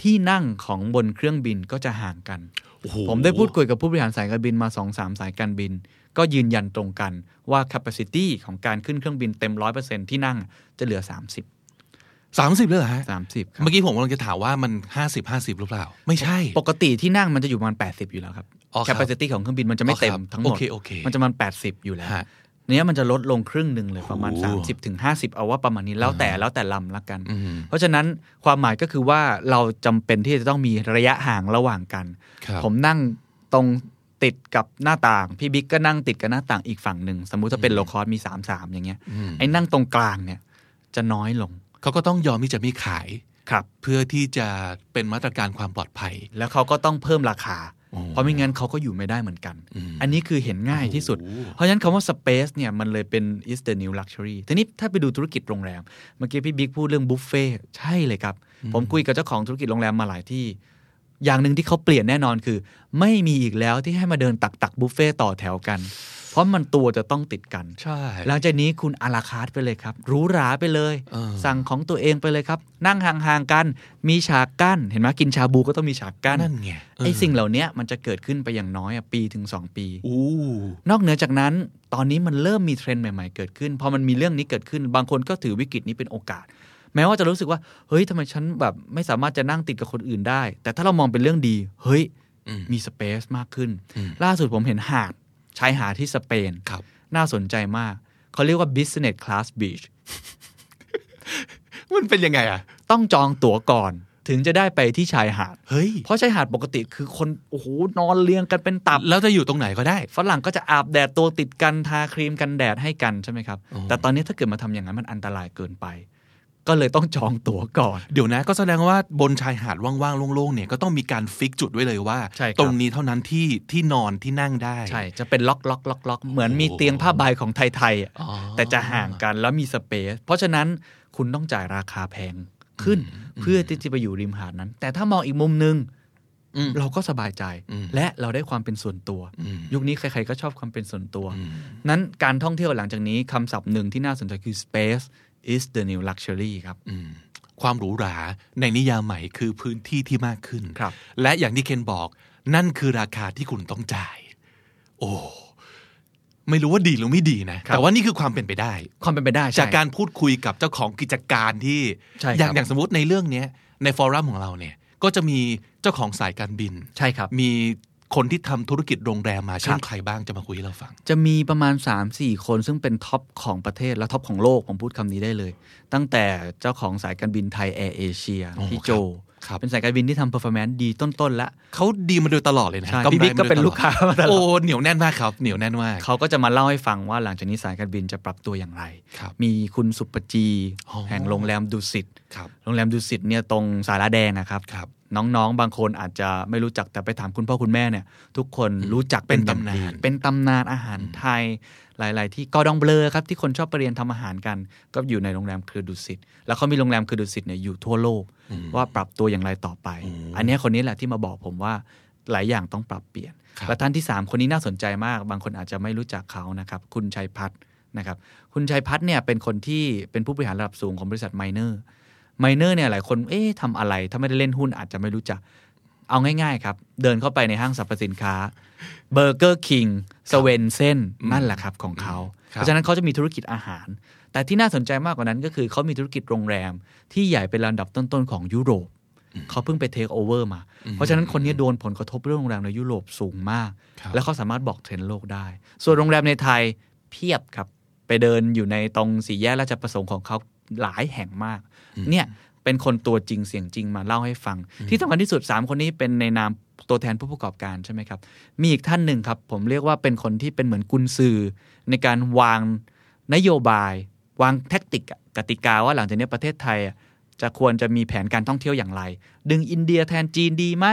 D: ที่นั่งของบนเครื่องบินก็จะห่างกัน
E: โอ้โห
D: ผมได้พูดคุยกับผู้บริหารสายการบินมา 2-3สามสายการบิน ก็ยืนยันตรงกันว่า capacity ของการขึ้นเครื่องบินเต็ม 100%ที่นั่งจะเหลือ 30
E: สามสิบเลยเหรอฮะ
D: 30ครับ
C: เมื่อกี้ผมกำลังจะถามว่ามัน 50 50 หรือเปล่า ไม่ใช่
D: ปกติที่นั่งมันจะอยู่ประมาณ 80 อยู่แล้วครับ
C: อ๋อครับ
D: capacity ของเครื่องบินมันจะไม่เต็ม
C: อ๋อครับ
D: ทั้งหมด
C: โอเคโอเค
D: มันจะประมัน80 อยู่แล้ว
C: ฮะ
D: เนี้ยมันจะลดลงครึ่งหนึ่งเลยประมาณ
E: โอ้โห
D: 30ถึง50 เอาว่าประมาณนี้แล้วแต่แล้วแต่ลำละกัน
C: อืม
D: เพราะฉะนั้นความหมายก็คือว่าเราจำเป็นที่จะต้องมีระยะห่างระหว่างกัน
C: ครับ
D: ผมนั่งตรงติดกับหน้าต่าง พี่บิ๊กก็นั่งติดกับหน้าต่างอีกฝั่งหนึ่ง สมมุติถ้าเป็นโลคอสมี3ามสามอย่างเงี้ยไอ้นั่งตรงกลางเนี่ยจะน้อยลง
C: เขาก็ต้องยอมที่จะไม่ขาย
D: ครับ
C: เพื่อที่จะเป็นมาตรการความปลอดภัย
D: แล้วเขาก็ต้องเพิ่มราคา เพราะไม่งั้นเขาก็อยู่ไม่ได้เหมือนกัน อันนี้คือเห็นง่ายที่สุด เพราะฉะนั้นคำว่า Space เนี่ยมันเลยเป็น is the new luxury ทีนี้ถ้าไปดูธุรกิจโรงแรม เมื่อกี้พี่บิ๊กพูดเรื่องบุฟเฟ่ต์ใช่เลยครับ ผมคุยกับเจ้าของธุรกิจโรงแรมมาหลายที่ อย่างหนึ่งที่เขาเปลี่ยนแน่นอนคือ ไม่มีอีกแล้วที่ให้มาเดินตักตักๆบุฟเฟ่ต์ต่อแถวกัน เพราะมันตัวจะต้องติดกัน
C: ใช่
D: หลังจากนี้คุณอาราคาร์ทไปเลยครับหรูหราไปเลย
C: เออ
D: สั่งของตัวเองไปเลยครับ นั่งห่างๆกัน มีฉากกั้น เห็นไหมกินชาบูก็ต้องมีฉากกั้น
C: นั่นไงเ
D: ไอ้สิ่งเหล่าเนี้ยมันจะเกิดขึ้นไปอย่างน้อยอะปีถึง 2 ปี
C: อู้
D: นอกเหนือจากนั้นตอนนี้มันเริ่มมีเทรนด์ใหม่ๆเกิดขึ้น พอมันมีเรื่องนี้เกิดขึ้น บางคนก็ถือวิกฤตนี้เป็นโอกาส แม้ว่าจะรู้สึกว่า เฮ้ยทำไมฉันแบบไม่สามารถจะนั่งติดกับคนอื่นได้ แต่ถ้าเรามองเป็นเรื่องดี เฮ้ย
C: อืม
D: มีสเปซมากขึ้น
C: อืม
D: ล่าสุดผมเห็นหาดชายหาดที่สเปน
C: ครับ
D: น่าสนใจมาก เขาเรียกว่า business class beach
C: มันเป็นยังไงอ่ะ
D: ต้องจองตั๋วก่อน ถึงจะได้ไปที่ชายหาด
C: เฮ้ย
D: เพราะชายหาดปกติคือคน โอ้โห นอนเรียงกันเป็นตับ
C: แล้วจะอยู่ตรงไหนก็ได้
D: ฝรั่งก็จะอาบแดดตัวติดกัน ทาครีมกันแดดให้กันใช่ไหมครับ
C: อ๋อ
D: แต่ตอนนี้ถ้าเกิดมาทำอย่างนั้นมันอันตรายเกินไป ก็เลยต้องจองตั๋วก่อน
C: เดี๋ยวนะก็แสดงว่าบนชายหาดว่างๆโล่งๆเนี่ยก็ต้องมีการฟิกจุดไว้เลยว่า
D: ใช่ครับ
C: ตรงนี้เท่านั้นที่ที่นอนที่นั่งได้
D: ใช่ จะเป็นล็อกล็อกล็อกล็อกเหมือนมีเตียงผ้าใบของไทยๆอะ
C: อ๋อ
D: แต่จะห่างกันแล้วมีสเปซ เพราะฉะนั้นคุณต้องจ่ายราคาแพงขึ้น เพื่อที่จะไปอยู่ริมหาดนั้น แต่ถ้ามองอีกมุมหนึง
C: อืม
D: เราก็สบายใจ
C: อืม
D: และเราได้ความเป็นส่วนตัว
C: อืม
D: ยุคนี้ใครๆก็ชอบความเป็นส่วนตัว นั้นการท่องเที่ยวหลังจากนี้คำศัพท์หนึ่งที่น่าสนใจคือ space is the new luxury ครับ
C: อืมความหรูหราในนิยามใหม่คือพื้นที่ที่มากขึ้น
D: ครับ
C: และอย่างที่เคนบอก นั่นคือราคาที่คุณต้องจ่าย โอ้ ไม่รู้ว่าดีหรือไม่ดีนะ แต่ว่านี่คือความเป็นไปได้
D: ความเป็นไปได้ใช่
C: จากการพูดคุยกับเจ้าของกิจการที่
D: ใช่ครับ
C: อย่างอย่างสมมติในเรื่องเนี้ยในฟอรัมของเราเนี่ยก็จะมีเจ้าของสายการบิน
D: ใช่ครับ
C: มีคนที่ทำธุรกิจโรงแรมมาเช่น
D: ครับ
C: ใครบ้างจะมาคุยให้เราฟัง
D: จะมีประมาณ 3-4 คนซึ่งเป็นท็อปของประเทศและท็อปของโลก ผมพูดคำนี้ได้เลย ตั้งแต่เจ้าของสายการบินไทยแอร์เอเชีย
C: โอ้
D: พี่
C: ครับ
D: โจ
C: ครับ
D: เป็นสายการบินที่ทำ performance ดีต้น ๆ แล้ว
C: เขาดีมาโดยตลอดเลย
D: ใช่
C: นะำไร
D: พี่บิ๊กก็
C: มาโดย
D: เป็น
C: ตอด
D: ลูกค้ามาตลอด
C: โอ้เหนียวแน่นมากครับ เหนียวแน่นมาก
D: เขาก็จะมาเล่าให้ฟังว่าหลังจากนี้สายการบินจะปรับตัวอย่างไร
C: ครับ
D: มีคุณสุปจี
C: อ๋อ
D: แห่งโรงแรมดุสิต
C: ครับ
D: โรงแรมดุสิตเนี่ยตรงสาราแดงนะครับ
C: ครับ
D: น้องๆ บางคนอาจจะไม่รู้จักแต่ไปถามคุณพ่อคุณแม่เนี่ยทุกคนรู้จัก
C: เป็น
D: อย่ง
C: ตำนาน
D: ดีเป็นตำนานอาหารไทย หลาย ๆ ที่กอดองเบลอครับที่คนชอบไปเรียนทำอาหารกัน ก็อยู่ในโรงแรมเครือดุสิตแล้วเขามีโรงแรมเครือดุสิตเนี่ยอยู่ทั่วโลกว่าปรับตัวอย่างไรต่อไป อันเนี้ยคนนี้แหละที่มาบอกผมว่าหลายอย่างต้องปรับเปลี่ยน และท่านที่ 3 คนนี้น่าสนใจมาก บางคนอาจจะไม่รู้จักเขานะครับคุณชัยพัฒน์นะครับคุณชัยพัฒน์เนี่ยเป็นคนที่เป็นผู้บริหารระดับสูงของบริษัทไมเนอร์ ไมเนอร์เนี่ยหลายคนเอ๊ะทำอะไร ถ้าไม่ได้เล่นหุ้นอาจจะไม่รู้จัก เอาง่าย ๆ ครับ เดินเข้าไปในห้างสรรพสินค้าเบอร์เกอร์คิงสเวนเซนนั่นแหละครับของเขา
C: ครับ
D: เพราะฉะนั้นเขาจะมีธุรกิจอาหาร แต่ที่น่าสนใจมากกว่านั้นก็คือเขามีธุรกิจโรงแรม ที่ใหญ่เป็นลำดับต้น ๆ ของยุโรป เขาเพิ่งไปเทคโอเวอร์มา เพราะฉะนั้นคนนี้โดนผลกระทบเรื่องโรงแรมในยุโรปสูงมาก
C: ครับ
D: และเขาสามารถบอกเทรนด์โลกได้ ส่วนโรงแรมในไทยเพียบครับ ไปเดินอยู่ในตรงสี่แยกราชประสงค์ของเขาหลายแห่งมาก เนี่ยเป็นคนตัวจริงเสียงจริงมาเล่าให้ฟัง ที่สำคัญที่สุด 3 คนนี้เป็นในนามตัวแทนผู้ประกอบการใช่ไหมครับ มีอีกท่านหนึ่งครับ ผมเรียกว่าเป็นคนที่เป็นเหมือนกุนซือ ในการวางนโยบาย วางแท็กติกอะกติกาว่าหลังจากนี้ประเทศไทยอะจะควรจะมีแผนการท่องเที่ยวอย่างไร ดึงอินเดียแทนจีนดีไหม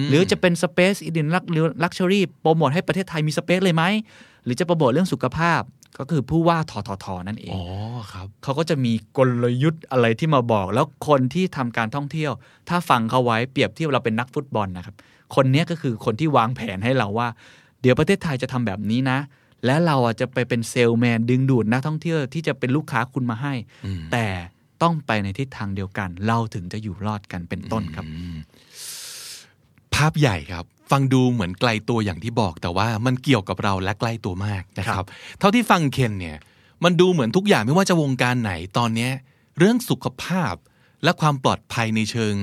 C: ม
D: หรือจะเป็นสเปซอินเดียลักชัวรี่โปรโมทให้ประเทศไทยมีสเปซเลยไหม หรือจะโปรโมทเรื่องสุขภาพก็คือผู้ว่าทททนั่นเอง
C: อ๋อครับ
D: เขาก็จะมีกลยุทธ์อะไรที่มาบอก แล้วคนที่ทำการท่องเที่ยว ถ้าฟังเขาไว้เปรียบเทียบเราเป็นนักฟุตบอลนะครับ คนเนี้ยก็คือคนที่วางแผนให้เราว่า เดี๋ยวประเทศไทยจะทำแบบนี้นะ และเราอ่ะจะไปเป็นเซลส์แมนดึงดูดนักท่องเที่ยวที่จะเป็นลูกค้าคุณมาให้ แต่ ต้องไปในทิศทางเดียวกัน เราถึงจะอยู่รอดกันเป็นต้นครับ
C: ภาพใหญ่ครับ ฟังดูเหมือนไกลตัวอย่างที่บอก แต่ว่ามันเกี่ยวกับเราและใกล้ตัวมากนะค
D: ค
C: รั
D: รับ บ
C: เท่าที่ฟังเคนเนี่ย มันดูเหมือนทุกอย่างไม่ว่าจะวงการไหนตอนเนี้ยเรื่องสุขภาพและความปลอดภัยในเชิง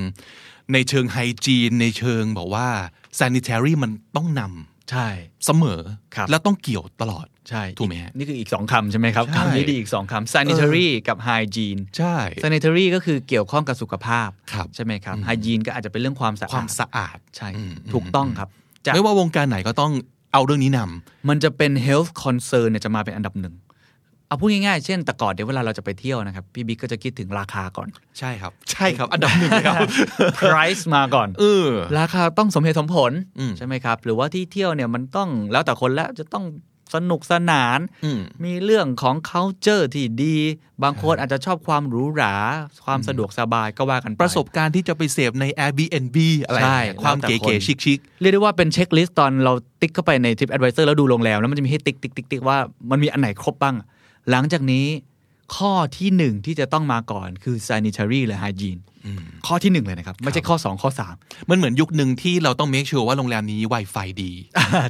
C: ในเชิงไฮจีน ในเชิงบอกว่า sanitary มันต้องน
D: ใช่
C: ำเสมอ
D: ครับ
C: และต้องเกี่ยวตลอด
D: ใช่
C: ถูกไหมฮะ
D: นี่คืออีก 2คำใช่ไหมครับ
C: ใช่
D: คำนี้ดีอีก 2คำ sanitary กับ hygiene
C: ใช่
D: sanitary ก็คือเกี่ยวข้องกับสุขภาพ
C: ครับ
D: ใช่ไหมครับ hygiene ก็อาจจะเป็นเรื่องความสะอาด
C: ความสะอาด
D: ใช่
C: อืม
D: ถูกต้องครับจะ
C: ไม่ว่าวงการไหนก็ต้องเอาเรื่องนี้น
D: มันจะเป็น health concern เนี่ยจะมาเป็นอันดับหนึ่งเอาพูดง่ายๆ เช่นแต่ก่อนเดี๋ยวเวลาเราจะไปเที่ยวนะครับ พี่บิ๊กก็จะคิดถึงราคาก่อน
C: ำใช่ครับ ใช่ครับ อันดับหนึ่งเลยครับ
D: price มาก่อน
C: เออ
D: ราคาต้องสมเหตุสมผล
C: อืม
D: ใช่ไหมครับ หรือว่าที่เที่ยวเนี่ยมันต้องแล้วแต่คนแล้วจะต้องสนุกสนาน
C: อืม
D: มีเรื่องของ culture ที่ดี บางคนอาจจะชอบความหรูหรา ความสะดวกสบายก็ว่ากันไ
C: ประสบการณ์ที่จะไปเสพใน Airbnb อะไร
D: ใช่
C: เนี่ยความ
D: แล้วแต่
C: เก๋
D: คน
C: ๆชิค
D: เรียกได้ว่าเป็นเช็คลิสต์ตอนเราติ๊กเข้าไปใน Trip Advisor แล้วดูโรงแรม แล้วมันจะมีให้ติ๊กติ๊กติ๊กติ๊กว่ามันมีอันไหนครบบ้าง หลังจากนี้ ข้อที่หนึ่งที่จะต้องมาก่อนคือ sanitary หรือ hygiene ข้อที่หนึ่งเลยนะครับ ไม่ใช่ข้อสองข้อสาม
C: ๆ มันเหมือนยุคหนึ่งที่เราต้อง make sure ว่าโรงแรมนี้ Wi-Fi ดี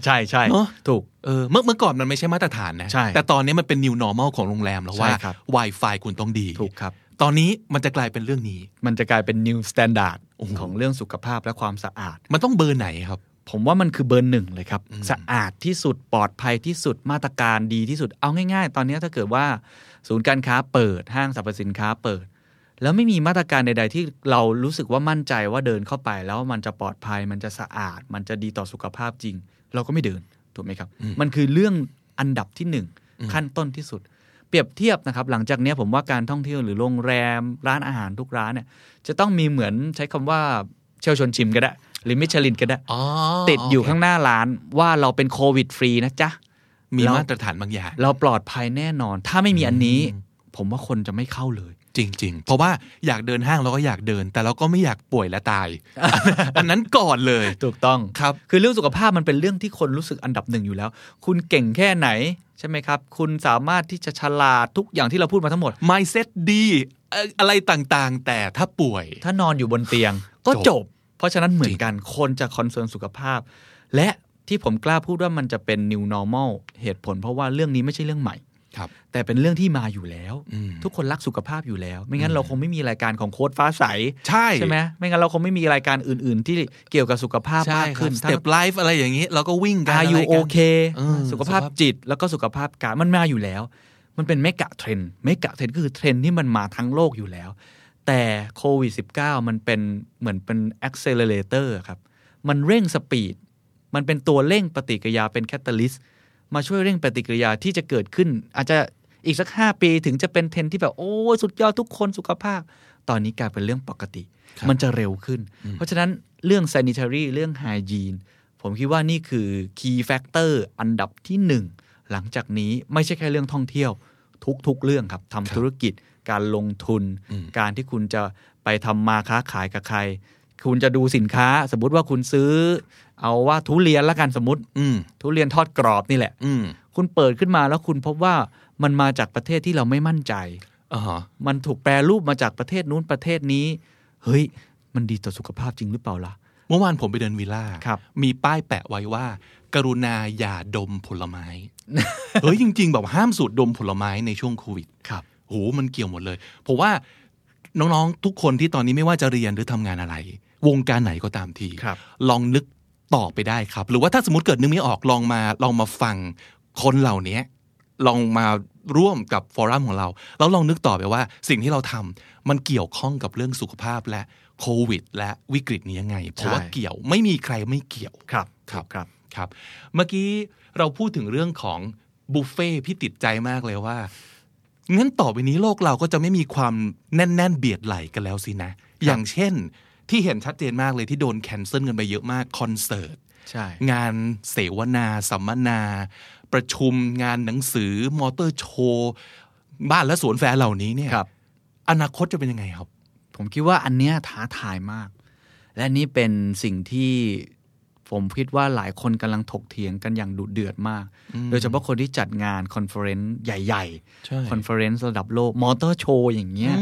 D: ใช่ใช่
C: เนอะ
D: ถูก
C: เออเมื่อเมื่อก่อนมันไม่ใช่มาตรฐานนะ
D: ใช่
C: แต่ตอนนี้มันเป็น new normal ของโรงแรมแล้วว่า
D: ใช่ครับ
C: Wi-Fi คุณต้องดี
D: ถูกครับ
C: ตอนนี้มันจะกลายเป็นเรื่องนี้
D: มันจะกลายเป็น new standard ของเรื่องสุขภาพและความสะอาด
C: มันต้องเบอร์ไหนครับ
D: ผมว่ามันคือเบอร์หนึ่งเลยครับ สะอาดที่สุดปลอดภัยที่สุดมาตรการดีที่สุดเอาง่าย ๆ ตอนนี้ถ้าเกิดว่าศูนย์การค้าเปิดห้างสรรพสินค้าเปิด แล้วไม่มีมาตรการใด ๆ ที่เรารู้สึกว่ามั่นใจว่าเดินเข้าไปแล้วมันจะปลอดภัย มันจะสะอาด มันจะดีต่อสุขภาพจริง เราก็ไม่เดินถูกไหมครับ มันคือเรื่องอันดับที่หนึ่งขั้นต้นที่สุด เปรียบเทียบนะครับ หลังจากเนี้ยผมว่าการท่องเที่ยวหรือโรงแรมร้านอาหารทุกร้านเนี่ยจะต้องมีเหมือนใช้คำว่าเชลชวนชิมก็ได้หรือมิชลินก็ได้
C: อ๋อ
D: ติดอยู่ข้างหน้าร้านว่าเราเป็นโควิดฟรีนะจ๊ะ
C: มี
D: เราม
C: มาตรฐานบางอย่าง
D: เราปลอดภัยแน่นอน ถ้าไม่มีอันนี้ ผมว่าคนจะไม่เข้าเลย
C: จริง ๆ เพราะว่าอยากเดินห้างเราก็อยากเดิน แต่เราก็ไม่อยากป่วยและ ตาย อันนั้นก่อนเลย
D: ถูกต้อง
C: ครับ
D: คือเรื่องสุขภาพมันเป็นเรื่องที่คนรู้สึกอันดับหนึ่งอยู่แล้ว คุณเก่งแค่ไหนใช่ไหมครับ คุณสามารถที่จะฉลาดทุกอย่างที่เราพูดมาทั้งหมด
C: mindset ดีเอ่ออะไรต่างๆ แต่ถ้าป่วย
D: ถ้านอนอยู่บนเตียง ก็
C: จ
D: จ
C: บ
D: บ เพราะฉะนั้นเหมือนกันคนจะคอนเซิร์นสุขภาพ และที่ผมกล้าพูดว่ามันจะเป็น new normal เหตุผล เพราะว่าเรื่องนี้ไม่ใช่เรื่องใหม่
C: ครับ
D: แต่เป็นเรื่องที่มาอยู่แล้ว
C: อืม
D: ทุกคนรักสุขภาพอยู่แล้ว ไม่งั้นเราคงไม่มีรายการของโค้ดฟ้าใส
C: ใช่
D: ใช่ไหมไม่งั้นเราคงไม่มีรายการอื่น ๆ ที่เกี่ยวกับสุขภาพ
C: ใช่
D: มาก
C: ขึ้
D: ขึ้
C: น
D: น
C: สเต็ปไลฟ์อะไรอย่างนี้ เราก็วิ่งกัน
D: อายุ
C: ะไร
D: โอ
C: กัน
D: เค
C: เออ
D: สุขภาพ
C: สุขภาพ
D: จิตแล้วก็สุขภาพกายมันมาอยู่แล้ว มันเป็นเมกะเทรนด์เมกะเทรนด์คือเทรนด์ที่มันมาทั้งโลกอยู่แล้ว แต่โควิด -19 มันเป็นเหมือนเป็น accelerator ครับ มันเร่งสปีด มันเป็นตัวเร่งปฏิกิริยาเป็นแคตตาลิสมาช่วยเร่งปฏิกิริยาที่จะเกิดขึ้น อาจจะอีกสัก 5 ปีถึงจะเป็นเทรนด์ที่แบบโอ้ยสุดยอดทุกคนสุขภาพ ตอนนี้กลายเป็นเรื่องปกติ มันจะเร็วขึ้น เพราะฉะนั้นเรื่อง sanitary เรื่อง hygiene ผมคิดว่านี่คือ key factor อันดับที่ 1 หลังจากนี้ไม่ใช่แค่เรื่องท่องเที่ยว ทุกๆ เรื่องครับทำธุรกิจ การลงทุน การที่คุณจะไปทำมาค้าขายกับใคร คุณจะดูสินค้าสมมติว่าคุณซื้อ เอาว่าทุเรียนละกันสมมติ
C: อืม
D: ทุเรียนทอดกรอบนี่แหละ
C: อืม
D: คุณเปิดขึ้นมาแล้วคุณพบว่ามันมาจากประเทศที่เราไม่มั่นใจ
C: อ่าฮะ
D: มันถูกแปรรูปมาจากประเทศนู้นประเทศนี้ เฮ้ย มันดีต่อสุขภาพจริงหรือเปล่าล่ะ
C: เมื่อวานผมไปเดินวิลล่า
D: ครับ
C: มีป้ายแปะไว้ว่า กรุณาอย่าดมผลไม้ เฮ้ย จริง ๆ แบบห้ามสูดดมผลไม้ในช่วงโควิด
D: ครับ
C: โห มันเกี่ยวหมดเลย ผมว่าน้อง ๆ ทุกคนที่ตอนนี้ไม่ว่าจะเรียนหรือทำงานอะไร วงการไหนก็ตามที
D: ครับ
C: ลองนึกต่อไปได้ครับ หรือว่าถ้าสมมติเกิดนึกไม่ออกลองมาลองมาฟังคนเหล่านี้ลองมาร่วมกับฟอรัมของเรา แล้วลองนึกต่อไปว่าสิ่งที่เราทำมันเกี่ยวข้องกับเรื่องสุขภาพและโควิด และวิกฤตนี้ยังไงเพราะว่าเกี่ยวไม่มีใครไม่เกี่ยว
D: ครับ
C: ครับ ครับ เมื่อกี้เราพูดถึงเรื่องของบุฟเฟ่ต์พี่ติดใจมากเลยว่า งั้นต่อไปนี้โลกเราก็จะไม่มีความแน่น ๆ เบียดไหลกันแล้วสินะ อย่างเช่น ที่เห็นชัดเจนมากเลยที่โดนแคนเซิลกันไปเยอะมาก คอนเสิร์ต
D: ใช่
C: งานเสวนา สัมมนา ประชุมงานหนังสือ มอเตอร์โชว์ บ้านและสวนแฟร์เหล่านี้เนี่ย
D: ครับ
C: อนาคตจะเป็นยังไงครับ
D: ผมคิดว่าอันเนี้ยท้าทายมาก และนี่เป็นสิ่งที่ผมคิดว่าหลายคนกำลังถกเถียงกันอย่างดุเดือดมาก โดยเฉพาะคนที่จัดงานคอนเฟอเรนซ์ใหญ่
C: ใช่
D: ๆ คอนเฟอเรนซ์ระดับโลก มอเตอร์โชว์อย่างเงี้ย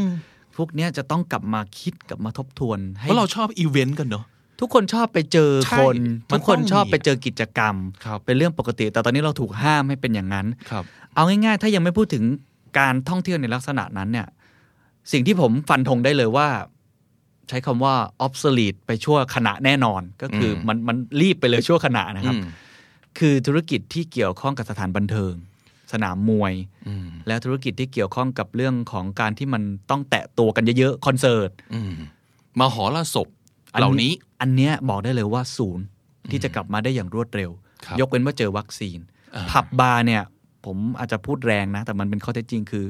D: พวกเนี้ยจะต้องกลับมาคิดกลับมาทบทวนให้
C: เพราะเราชอบอีเวนต์กันเนาะ
D: ทุกคนชอบไปเจอ
C: ใช่
D: คน
C: มัน
D: ทุกคน
C: ต้อง
D: ชอบ
C: มี
D: ไปเจอกิจกรรม
C: ครับ
D: เป็นเรื่องปกติ แต่ตอนนี้เราถูกห้ามให้เป็นอย่างนั้น
C: ครับ
D: เอาง่ายๆ ถ้ายังไม่พูดถึงการท่องเที่ยวในลักษณะนั้นเนี่ย สิ่งที่ผมฟันธงได้เลยว่า ใช้คำว่า obsolete ไปชั่วขณะแน่นอน ก็คืออ
C: ม
D: มันมันรีบไปเลยชั่วขณะนะครับ
C: อืม
D: คือธุรกิจที่เกี่ยวข้องกับสถานบันเทิง สนามมวย
C: อืม
D: และธุรกิจที่เกี่ยวข้องกับเรื่องของการที่มันต้องแตะตัวกันเยอะๆคอนเสิร์ต
C: อืมมาหอลาศพเหล่านี้
D: อันเนี้ยบอกได้เลยว่าศูนย์ที่จะกลับมาได้อย่างรวดเร็ว
C: ครับ
D: ยกเว้นว่าเจอวัคซีน
C: อ่า
D: ผับบาร์เนี่ย ผมอาจจะพูดแรงนะ แต่มันเป็นข้อเท็จจริงคือ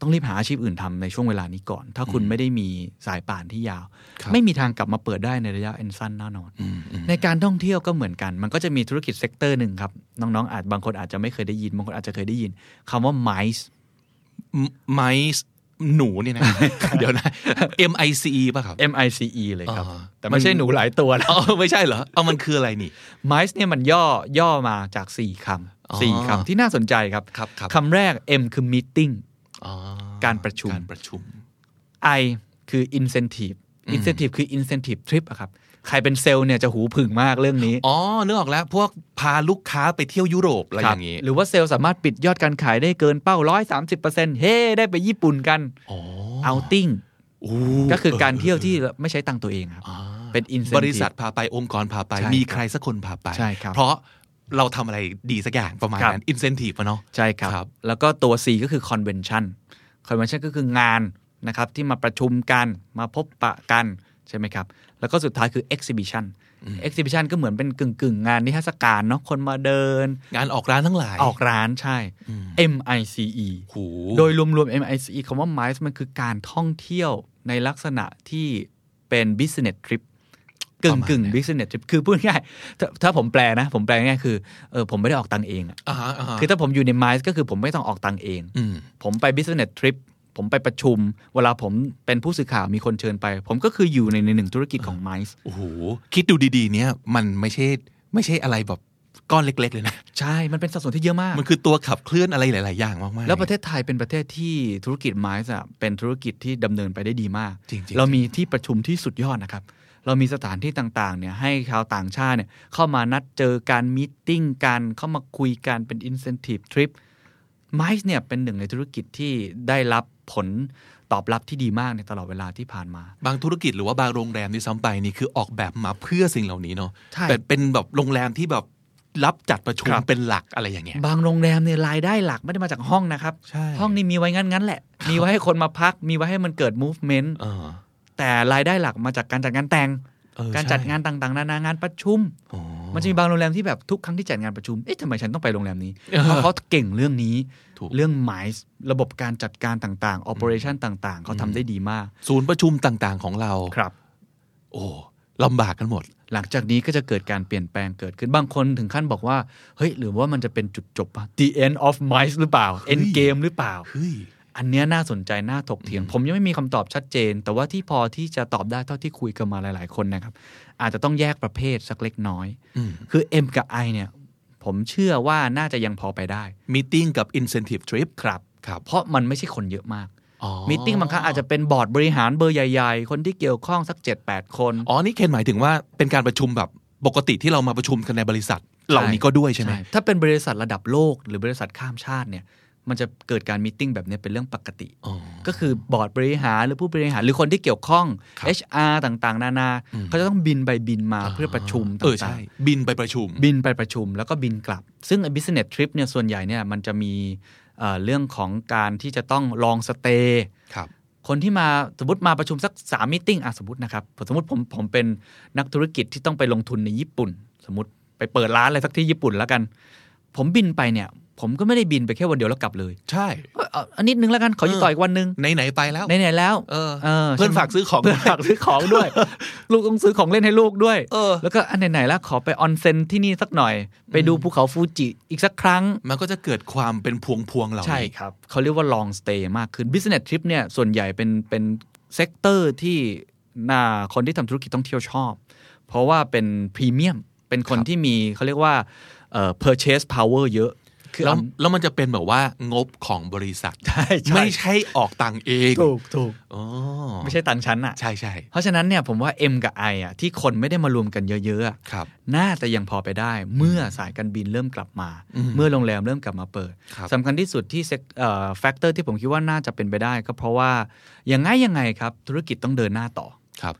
D: ต้องรีบหาอาชีพอื่นทำในช่วงเวลานี้ก่อน ถ้าคุณไม่ได้มีสายป่านที่ยาว ไม่มีทางกลับมาเปิดได้ในระยะอันสั้นแน่นอน
C: อืมอืม
D: ในการท่องเที่ยวก็เหมือนกัน มันก็จะมีธุรกิจเซกเตอร์หนึ่งครับ น้องๆอาจบางคนอาจจะไม่เคยได้ยินบางคนอาจจะเคยได้ยินคำว่า mice
C: ไม้หนู เนี่ยนะ เดี๋ยวนะ M I C E ป่ะครับ
D: M I C E เลยครับ
C: อ่า
D: แต่ไม่ใช่หนูหลายตัวนะ
C: เออไม่ใช่เหรอเอามันคืออะไรนี่
D: ไมซ์เนี่ยมันย่อย่อมาจาก 4 ค
C: อ๋อ
D: ำสี่คำที่น่าสนใจครับ
C: ครับครับ
D: แรก M คือ meeting
C: อ๋อ
D: การประชุม
C: การประชุม
D: I คือ incentive incentive คือ incentive trip อะครับ ใครเป็นเซลล์เนี่ยจะหูผึ่งมากเรื่องนี้
C: อ๋อนึกออกแล้ว พวกพาลูกค้าไปเที่ยวยุโรปอะไร
D: ค
C: อ
D: รับ
C: ย่างงี้
D: หรือว่าเซลล์สามารถปิดยอดการขายได้เกินเป้า 130%เฮ้ ได้ไปญี่ปุ่นกัน
C: อ๋อ
D: outing
C: อู้
D: ก็คือการ
C: เ
D: เที่ยวที่ไม่ใช้ตังค์ตัวเองครับ
C: อ่า
D: เป็น incentive
C: บริษัทพาไปองค์กรพาไป
D: ใช่
C: มี
D: ครับ
C: ใครสักคนพาไป
D: ใช่ครับ
C: เพราะเราทำอะไรดีสักอย่างประมาณ
D: ครับ
C: นั้น อินเซนティブอะเนาะ
D: ใช่ครับ
C: ครับ
D: แล้วก็ตัว C ก็คือ convention convention ก็คืองานนะครับที่มาประชุมกันมาพบปะกันใช่ไหมครับ แล้วก็สุดท้ายคือ exhibition exhibition ก็เหมือนเป็นกึ่งกึ่งๆงานนิทรรศการเนาะคนมาเดิน
C: งานออกร้านทั้งหลาย
D: ออกร้านใช่ MICE
C: หู
D: โดยรวมๆ MICE คำว่า MICE มันคือการท่องเที่ยวในลักษณะที่เป็น business trip กึ่ง
C: ประ
D: กึ่ง
C: มาณนั้น
D: ๆ business trip คือพูดง่ายๆถ้าถ้าผมแปลนะ ผมแปลง่ายๆคือเออผมไม่ได้ออกตังค์เองอะ
C: อ่าฮะาฮะ
D: คือถ้าผมอยู่ใน m i ซ์ก็คือผมไม่ต้องออกตังค์เอง
C: อืม
D: ผมไป business trip ผมไปประชุม เวลาผมเป็นผู้สื่อข่าวมีคนเชิญไป ผมก็คืออยู่ในในหนึ่งธุรกิจของ m i ซ์
C: โอ้โห คิดดูดีๆ เนี่ย มันไม่ใช่ไม่ใช่อะไรแบบก้อนเล็ก ๆ เลยนะ
D: ใช่ มันเป็นสัดส่วนที่เยอะมาก
C: มันคือตัวขับเคลื่อนอะไรหลาย ๆ อย่างมาก ๆ
D: แล้วประเทศไทยเป็นประเทศที่ธุรกิจ m i ซ์อ่ะเป็นธุรกิจที่ดำเนินไปได้ดีมาก
C: จริงๆ
D: เรามีที่ประชุมที่สุดยอดนะครับ เรามีสถานที่ต่างๆเนี่ยให้ชาวต่างชาติเนี่ยเข้ามานัดเจอการมีตติ้งกันเข้ามาคุยกันเป็น incentive trip ไมซ์เนี่ยเป็นหนึ่งในธุรกิจที่ได้รับผลตอบรับที่ดีมากในตลอดเวลาที่ผ่านมา
C: บางธุรกิจหรือว่าบางโรงแรมที่ซ้ำไปนี่คือออกแบบมาเพื่อสิ่งเหล่านี้เนาะ
D: ใช่
C: แต่เป็นแบบโรงแรมที่แบบรับจัดประชุม
D: ครับ
C: เป็นหลักอะไรอย่างเงี้ย
D: บางโรงแรมเนี่ยรายได้หลักไม่ได้มาจากห้องนะครับ
C: ใช่
D: ห้องนี้มีไว้งั้นงั้นๆแหละ มีไว้ให้คนมาพัก มีไว้ให้มันเกิด movement
C: เออ
D: แต่รายได้หลักมาจากการจัดงานแต่ง
C: เออ
D: การ
C: ใช่
D: จัดงานต่างๆ นานางานประชุม
C: อ๋อ
D: มันจะมีบางโรงแรมที่แบบทุกครั้งที่จัดงานประชุม เอ๊ะทำไมฉันต้องไปโรงแรมนี้
C: เออ
D: เพราะเขาเก่งเรื่องนี้
C: ถูก
D: เรื่องหมายระบบการจัดการต่างๆ operation ต่างๆ เขาทำได้ดีมาก
C: ศูนย์ประชุมต่างๆ ของเรา
D: ครับ
C: โอ้ลำบากกันหมด
D: หลังจากนี้ก็จะเกิดการเปลี่ยนแปลงเกิดขึ้น บางคนถึงขั้นบอกว่า เฮ้ย หรือว่ามันจะเป็นจุดจบปะ the end of mice หรือเปล่า end game หรือเปล่า
C: เฮ้ย
D: อันเนี้ยน่าสนใจ น่าถกเถียง ผมยังไม่มีคำตอบชัดเจน แต่ว่าที่พอที่จะตอบได้เท่าที่คุยกันมาหลาย ๆ คนนะครับ อาจจะต้องแยกประเภทสักเล็กน้อย
C: อืม
D: คือ M กับ I เนี่ย ผมเชื่อว่าน่าจะยังพอไปได้
C: มีติ้งกับ incentive trip
D: ครับ
C: ครับ
D: เพราะมันไม่ใช่คนเยอะมาก
C: อ๋อ
D: มีติ้งบางครั้งอาจจะเป็นบอร์ดบริหารเบอร์ใหญ่ๆ คนที่เกี่ยวข้องสัก 7-8 คน
C: อ๋อ นี่เคนหมายถึงว่าเป็นการประชุมแบบปกติที่เรามาประชุมกันในบริษัท เหล่านี้ก็ด้วยใช่ไหม
D: ถ้าเป็นบริษัทระดับโลกหรือบริษัทข้ามชาติเนี่ย มันจะเกิดการมีตติ้งแบบเนี้ยเป็นเรื่องปกติ
C: อ๋อ
D: ก็คือบอร์ดบริหารหรือผู้บริหารหรือคนที่เกี่ยวข้อง
C: ครับ
D: HR ต่างๆ นานา เขาจะต้องบินไปบินมาเพื่อประชุม
C: เออ
D: ต่า
C: ใช่
D: ง
C: บินไปประชุม
D: ๆ บินไปประชุมแล้วก็บินกลับ ซึ่งไอ้ business trip เนี่ยส่วนใหญ่เนี่ยมันจะมีเอ่อเรื่องของการที่จะต้องลองสเตย์
C: ครับ
D: คนที่มาสมมติมาประชุมสักสามมิ팅อ่ะสมมตินะครับสมมติผมผมเป็นนักธุรกิจที่ต้องไปลงทุนในญี่ปุ่น สมมติไปเปิดร้านอะไรสักที่ญี่ปุ่นแล้วกัน ผมบินไปเนี่ย ผมก็ไม่ได้บินไปแค่วันเดียวแล้วกลับเลย
C: ใช่
D: เอ้ยเอาอันนิดนึงแล้วกันขออยู่ต่ออีกวันนึง
C: ไหน ๆ ไปแล้ว
D: ไหนๆแล้ว
C: เออ
D: ใช่ไหม
C: เพื่อนฝากซื้อของ
D: เพื่อนฝากซื้อของด้วย ลูกต้องซื้อของเล่นให้ลูกด้วย
C: เออ
D: แล้วก็อันไหนๆแล้วขอไปออนเซ็นที่นี่สักหน่อย ไปดูภูเขาฟูจิอีกสักครั้ง
C: มันก็จะเกิดความเป็นพวงพวงๆเหล่า
D: ใช่
C: นี้
D: ครับ เขาเรียกว่า long stay มากขึ้น business trip เนี่ยส่วนใหญ่เป็นเป็นเซกเตอร์ที่น่าคนที่ทำธุรกิจท่องเที่ยวชอบ เพราะว่าเป็นพรีเมียม เป็นคนที่มีเขาเรียกว่าเอ่อ purchase power เยอะ คือ
C: แล้ว
D: เอา
C: แล้วมันจะเป็นแบบว่างบของบริษัท
D: ใช่ใช่
C: ไม่ใช่ออกตังค์เอง
D: ถูกถูก
C: อ๋อ
D: ไม่ใช่ตังค์ชั้นอ่ะ
C: ใช่ใช่
D: เพราะฉะนั้นเนี่ยผมว่า M กับ I อ่ะที่คนไม่ได้มารวมกันเยอะๆอะ
C: ครับ
D: น่าจะยังพอไปได้ เมื่อสายการบินเริ่มกลับมา
C: อืม
D: เมื่อโรงแรมเริ่มกลับมาเปิด
C: ครับ
D: สำคัญที่สุดที่แฟกเตอร์ที่ผมคิดว่าน่าจะเป็นไปได้ ก็เพราะว่ายังไงยังไงครับธุรกิจต้องเดินหน้าต่อ
C: ครับ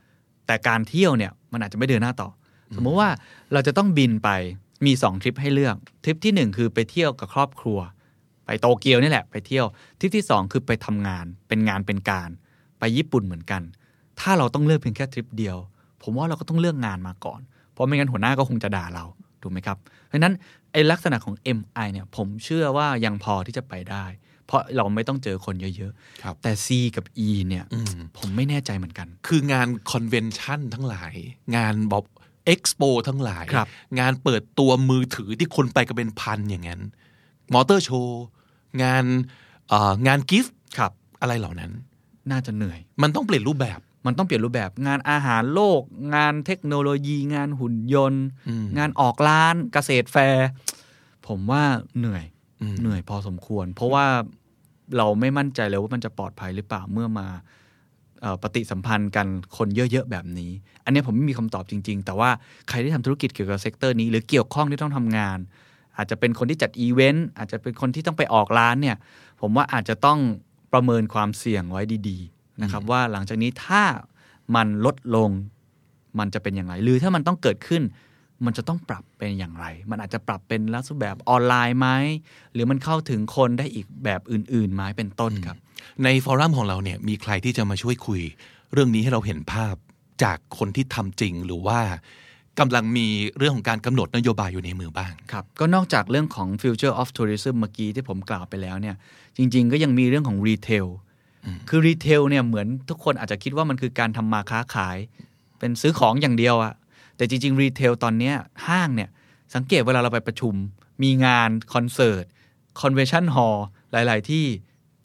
D: แต่การเที่ยวเนี่ยมันอาจจะไม่เดินหน้าต่อ สมมุติว่าเราจะต้องบินไปมี 2 ทริปให้เลือก ทริปทีหนึ่1 คือไปเที่ยวกับครอบครัว ไปโตเกียวนี่แหละ ไปเที่ยวทริปที่ 2 คือไปทำงาน เป็นงานเป็นการ ไปญี่ปุ่นเหมือนกัน ถ้าเราต้องเลือกเพียงแค่ทริปเดียว ผมว่าเราก็ต้องเลือกงานมาก่อน เพราะไม่งั้นหัวหน้าก็คงจะด่าเราถูกไหมครับเพราะฉะนั้นไอ้ลักษณะของ MI เนี่ยผมเชื่อว่ายังพอที่จะไปได้ เพราะเราไม่ต้องเจอคนเยอะ
C: ครับ
D: ๆแต่ C กับ E เนี่ย
C: อืม
D: ผมไม่แน่ใจเหมือนกัน
C: คืองานคอนเวนชันทั้งหลาย งานบอบเอ็กซ์โปทั้งหลาย
D: ครับ
C: งานเปิดตัวมือถือที่คนไปกันเป็นพันอย่างนั้น มอเตอร์โชว์ งานเอ่องานกิฟต์
D: ครับ
C: อะไรเหล่านั้น
D: น่าจะเหนื่อย
C: มันต้องเปลี่ยนรูปแบบ
D: มันต้องเปลี่ยนรูปแบบงานอาหารโลก งานเทคโนโลยี งานหุ่นยนต์
C: อืม
D: งานออกร้านเกษตรแฟร์ผมว่าเหนื่อย
C: อืม
D: เหนื่อยพอสมควร เพราะว่าเราไม่มั่นใจเลยว่ามันจะปลอดภัยหรือเปล่าเมื่อมาเอ่อปฏิสัมพันธ์กันคนเยอะๆแบบนี้ อันเนี้ยผมไม่มีคำตอบจริง ๆ แต่ว่าใครที่ทำธุรกิจเกี่ยวกับเซกเตอร์นี้ หรือเกี่ยวข้องที่ต้องทำงาน อาจจะเป็นคนที่จัดอีเวนต์อาจจะเป็นคนที่ต้องไปออกร้านเนี่ย ผมว่าอาจจะต้องประเมินความเสี่ยงไว้ดีๆนะครับว่าหลังจากนี้ถ้ามันลดลงมันจะเป็นอย่างไร หรือถ้ามันต้องเกิดขึ้น มันจะต้องปรับเป็นอย่างไร มันอาจจะปรับเป็นลักษณะแบบออนไลน์ไหมหรือมันเข้าถึงคนได้อีกแบบอื่นๆไหมเป็นต้นครับ
C: ในฟอรัมของเราเนี่ยมีใครที่จะมาช่วยคุย เรื่องนี้ให้เราเห็นภาพจากคนที่ทำจริงหรือว่ากำลังมีเรื่องของการกำหนดนโยบายอยู่ในมือบ้าง
D: ครับ ก็นอกจากเรื่องของ Future of Tourism เมื่อกี้ที่ผมกล่าวไปแล้วเนี่ย จริง ๆ ก็ยังมีเรื่องของรีเทล คือรีเทลเนี่ยเหมือนทุกคนอาจจะคิดว่ามันคือการทำมาค้าขาย เป็นซื้อของอย่างเดียวอะแต่จริง ๆ รีเทลตอนเนี้ยห้างเนี่ย สังเกตเวลาเราไปประชุม มีงาน คอนเสิร์ต คอนเวนชั่นฮอลล์หลาย ๆ ที่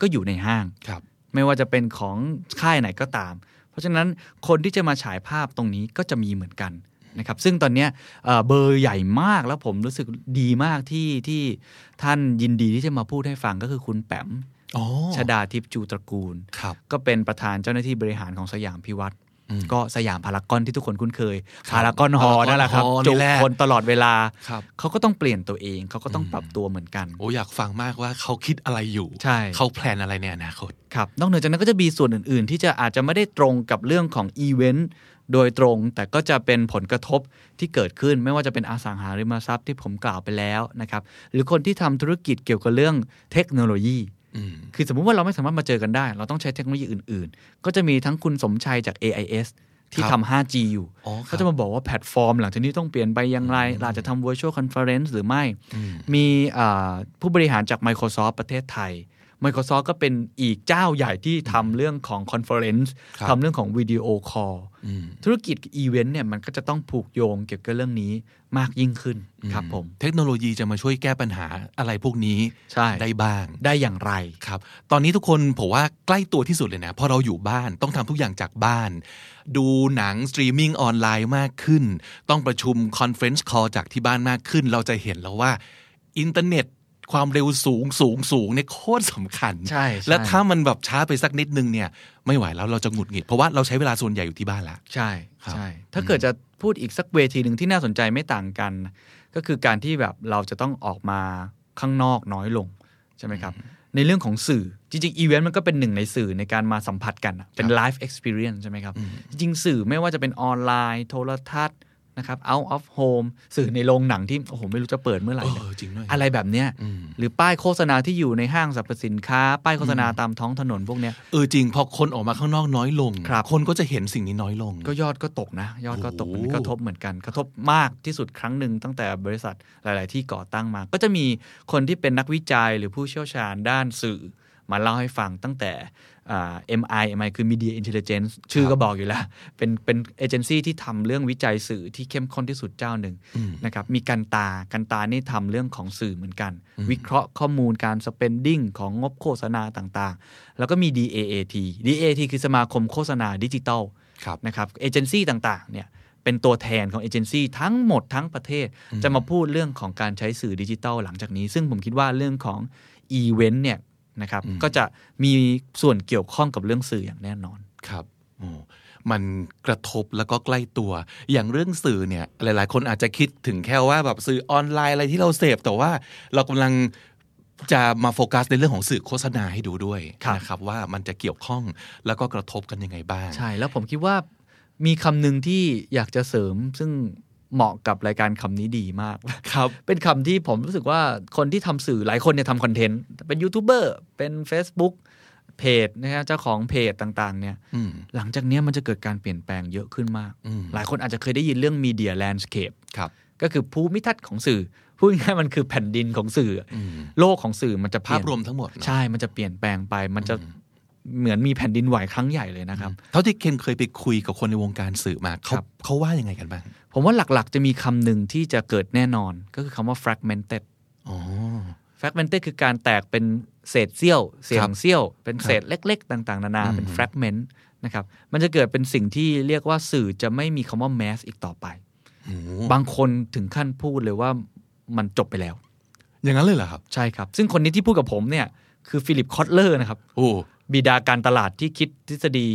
D: ก็อยู่ในห้าง
C: ครับ
D: ไม่ว่าจะเป็นของค่ายไหนก็ตาม เพราะฉะนั้นคนที่จะมาฉายภาพตรงนี้ก็จะมีเหมือนกันนะครับ ซึ่งตอนเนี้ยเอ่อเบอร์ใหญ่มากแล้วผมรู้สึกดีมากที่ที่ท่านยินดีที่จะมาพูดให้ฟังก็คือคุณแปม
C: อ๋อ
D: ชดาทิพย์จูตระกูล
C: ครับ
D: ก็เป็นประธานเจ้าหน้าที่บริหารของสยามพิวัตร
C: อืม
D: ก็สยามพารากอนที่ทุกคนคุ้นเคย
C: ครับ
D: พารากอนฮอลล์นั่นแหละครับ
C: พารากอนฮอลล์นี่
D: จุ
C: แหละ
D: คนตลอดเวลา
C: ครับ
D: เขาก็ต้องเปลี่ยนตัวเองเขาก็ต้องปรับตัวเหมือนกัน
C: โอ้อยากฟังมากว่าเขาคิดอะไรอยู่
D: ใช่
C: เขาแพลนอะไรในอนาคต
D: ครับนอกเหนือจากนั้นก็จะมีส่วนอื่น ๆ ที่จะอาจจะไม่ได้ตรงกับเรื่องของอีเวนต์โดยตรง แต่ก็จะเป็นผลกระทบที่เกิดขึ้น ไม่ว่าจะเป็นอสังหาริมทรัพย์ที่ผมกล่าวไปแล้วนะครับหรือคนที่ทำธุรกิจเกี่ยวกับเรื่องเทคโนโลยี
C: อืม
D: คือสมมุติว่าเราไม่สามารถมาเจอกันได้ เราต้องใช้เทคโนโลยีอื่น ๆ ก็จะมีทั้งคุณสมชัยจาก AIS ที่
C: ครับ
D: ทำ 5G อยู่
C: อ๋อครับ
D: เขาจะมาบอกว่าแพลตฟอร์ม หลังจากนี้ต้องเปลี่ยนไปอย่างไรเราอาจจะทำ virtual conference หรือไม่
C: อืม
D: มีเอ่อผู้บริหารจาก Microsoft ประเทศไทย Microsoft ก็เป็นอีกเจ้าใหญ่ที่ทำเรื่องของคอนเฟอเรนซ์
C: ครับ
D: ทำเรื่องของวิดีโอคอล
C: อืม
D: ธุรกิจอีเวนต์เนี่ยมันก็จะต้องผูกโยงเกี่ยวกับเรื่องนี้มากยิ่งขึ้นครับผม
C: เทคโนโลยีจะมาช่วยแก้ปัญหาอะไรพวกนี้
D: ใช่
C: ได้บ้าง
D: ได้อย่างไร
C: ครับ ตอนนี้ทุกคนผมว่าใกล้ตัวที่สุดเลยนะเพอเราอยู่บ้านต้องทำทุกอย่างจากบ้าน ดูหนังสตรีมมิ่งออนไลน์มากขึ้น ต้องประชุมคอนเฟรนซ์คอลจากที่บ้านมากขึ้น เราจะเห็นแล้วว่าอินเทอร์เน็ตความเร็วสูงสูงสูงเนี่ยโคตรสำคัญ
D: ใช่ใช่
C: และถ้ามันแบบช้าไปสักนิดนึงเนี่ย ไม่ไหวแล้วเราจะหงุดหงิดเพราะว่าเราใช้เวลาส่วนใหญ่อยู่ที่บ้านละ
D: ใช่
C: ครับ
D: ใช่ถ้าเกิดจะพูดอีกสักเวทีหนึ่งที่น่าสนใจไม่ต่างกัน ก็คือการที่แบบเราจะต้องออกมาข้างนอกน้อยลง ใช่ไหมครับ ในเรื่องของสื่อจริงๆ อีเวนต์มันก็เป็นหนึ่งในสื่อในการมาสัมผัสกันอะเป็นไลฟ์เอ็กซ์เพ c e ใช่ไหมครับ จริงๆ สื่อไม่ว่าจะเป็นออนไลน์ โทรทัศน์นะครับ out of home สื่อในโรงหนังที่ โอ้โห ไม่รู้จะเปิดเมื่อไหร่
C: เออจริงด้วย
D: อะไรแบบเนี้ย
C: อืม
D: หรือป้ายโฆษณาที่อยู่ในห้างสรรพสินค้า ป้ายโฆษณาตามท้องถนนพวกเนี้ย
C: เออจริงพอคนออกมาข้างนอกน้อยลง
D: ครับ
C: คนก็จะเห็นสิ่งนี้น้อยลง
D: ก็ยอดก็ตกนะ ยอดก็ตก
C: โอ้
D: มัน
C: โห
D: กระทบเหมือนกัน กระทบมากที่สุดครั้งหนึ่งตั้งแต่บริษัทหลาย ๆ ที่ก่อตั้งมา ก็จะมีคนที่เป็นนักวิจัยหรือผู้เชี่ยวชาญด้านสื่อ มาเล่าให้ฟังตั้งแต่อ่า MI MI คือ Media Intelligence ชื่อก็บอกอยู่แล้ว เป็นเป็นเอเจนซี่ที่ทำเรื่องวิจัยสื่อที่เข้มข้นที่สุดเจ้าหนึ่งนะครับมีกันตากันตานี่ทำเรื่องของสื่อเหมือนกัน วิเคราะห์ข้อมูลการ spending ของงบโฆษณาต่าง ๆ แล้วก็มี DAAT DAAT คือสมาคมโฆษณาดิจิตอล
C: ครับ
D: นะครับเอเจนซี่ต่างๆเนี่ย เป็นตัวแทนของเอเจนซี่ทั้งหมดทั้งประเทศ จะมาพูดเรื่องของการใช้สื่อดิจิทัลหลังจากนี้ ซึ่งผมคิดว่าเรื่องของอีเวนต์เนี่ยนะครับก็จะมีส่วนเกี่ยวข้องกับเรื่องสื่ออย่างแน่นอน
C: ครับโอ้มันกระทบแล้วก็ใกล้ตัว อย่างเรื่องสื่อเนี่ย หลาย ๆ คนอาจจะคิดถึงแค่ว่าแบบสื่อออนไลน์อะไรที่เราเสพ แต่ว่าเรากำลังจะมาโฟกัสในเรื่องของสื่อโฆษณาให้ดูด้วย
D: ครับ
C: นะครับว่ามันจะเกี่ยวข้องแล้วก็กระทบกันยังไงบ้าง
D: ใช่แล้วผมคิดว่ามีคำหนึ่งที่อยากจะเสริมซึ่งเหมาะกับรายการคำนี้ดีมาก
C: ครับ
D: เป็นคำที่ผมรู้สึกว่าคนที่ทำสื่อหลายคนเนี่ยทำคอนเทนต์เป็นยูทูบเบอร์เป็น Facebook เพจนะฮะเจ้าของเพจต่างๆเนี่ย
C: อืม
D: หลังจากเนี้ยมันจะเกิดการเปลี่ยนแปลงเยอะขึ้นมาก
C: อืม
D: หลายคนอาจจะเคยได้ยินเรื่อง Media Landscape
C: ครับ
D: ก็คือภูมิทัศน์ของสื่อพูดง่ายๆมันคือแผ่นดินของสื่ออ
C: ม
D: โลกของสื่อมันจะเปลี่
C: ภาย พ
D: น
C: รวมทั้งหมดนะ
D: ใช่ มันจะเปลี่ยนแปลงไป มันจะเหมือนมีแผ่นดินไหวครั้งใหญ่เลยนะครับ
C: เท่าที่เคนเคยไปคุยกับคนในวงการสื่อมาเขา
D: ครับ
C: เขาว่ายังไงกันบ้าง
D: ผมว่าหลักๆ จะมีคำหนึ่งที่จะเกิดแน่นอน ก็คือคำว่า fragmented
C: อ๋อ
D: fragmented คือการแตกเป็นเศษเสี้ยวเสีย
C: ครั
D: ง
C: บ
D: เสี้ยว เป็นเศษเล็ก ๆ ต่าง ๆ นานา เป็น
C: อืม
D: fragment นะครับ มันจะเกิดเป็นสิ่งที่เรียกว่าสื่อจะไม่มีคำว่า mass อีกต่อไป
C: โอ้
D: บางคนถึงขั้นพูดเลยว่ามันจบไปแล้ว
C: อย่างนั้นเลยเหรอครับ
D: ใช่ครับ ซึ่งคนนี้ที่พูดกับผมเนี่ยคือฟิลิปคอตเลอร์นะครับ
C: โอ้
D: บิดาการตลาดที่คิดทฤษฎี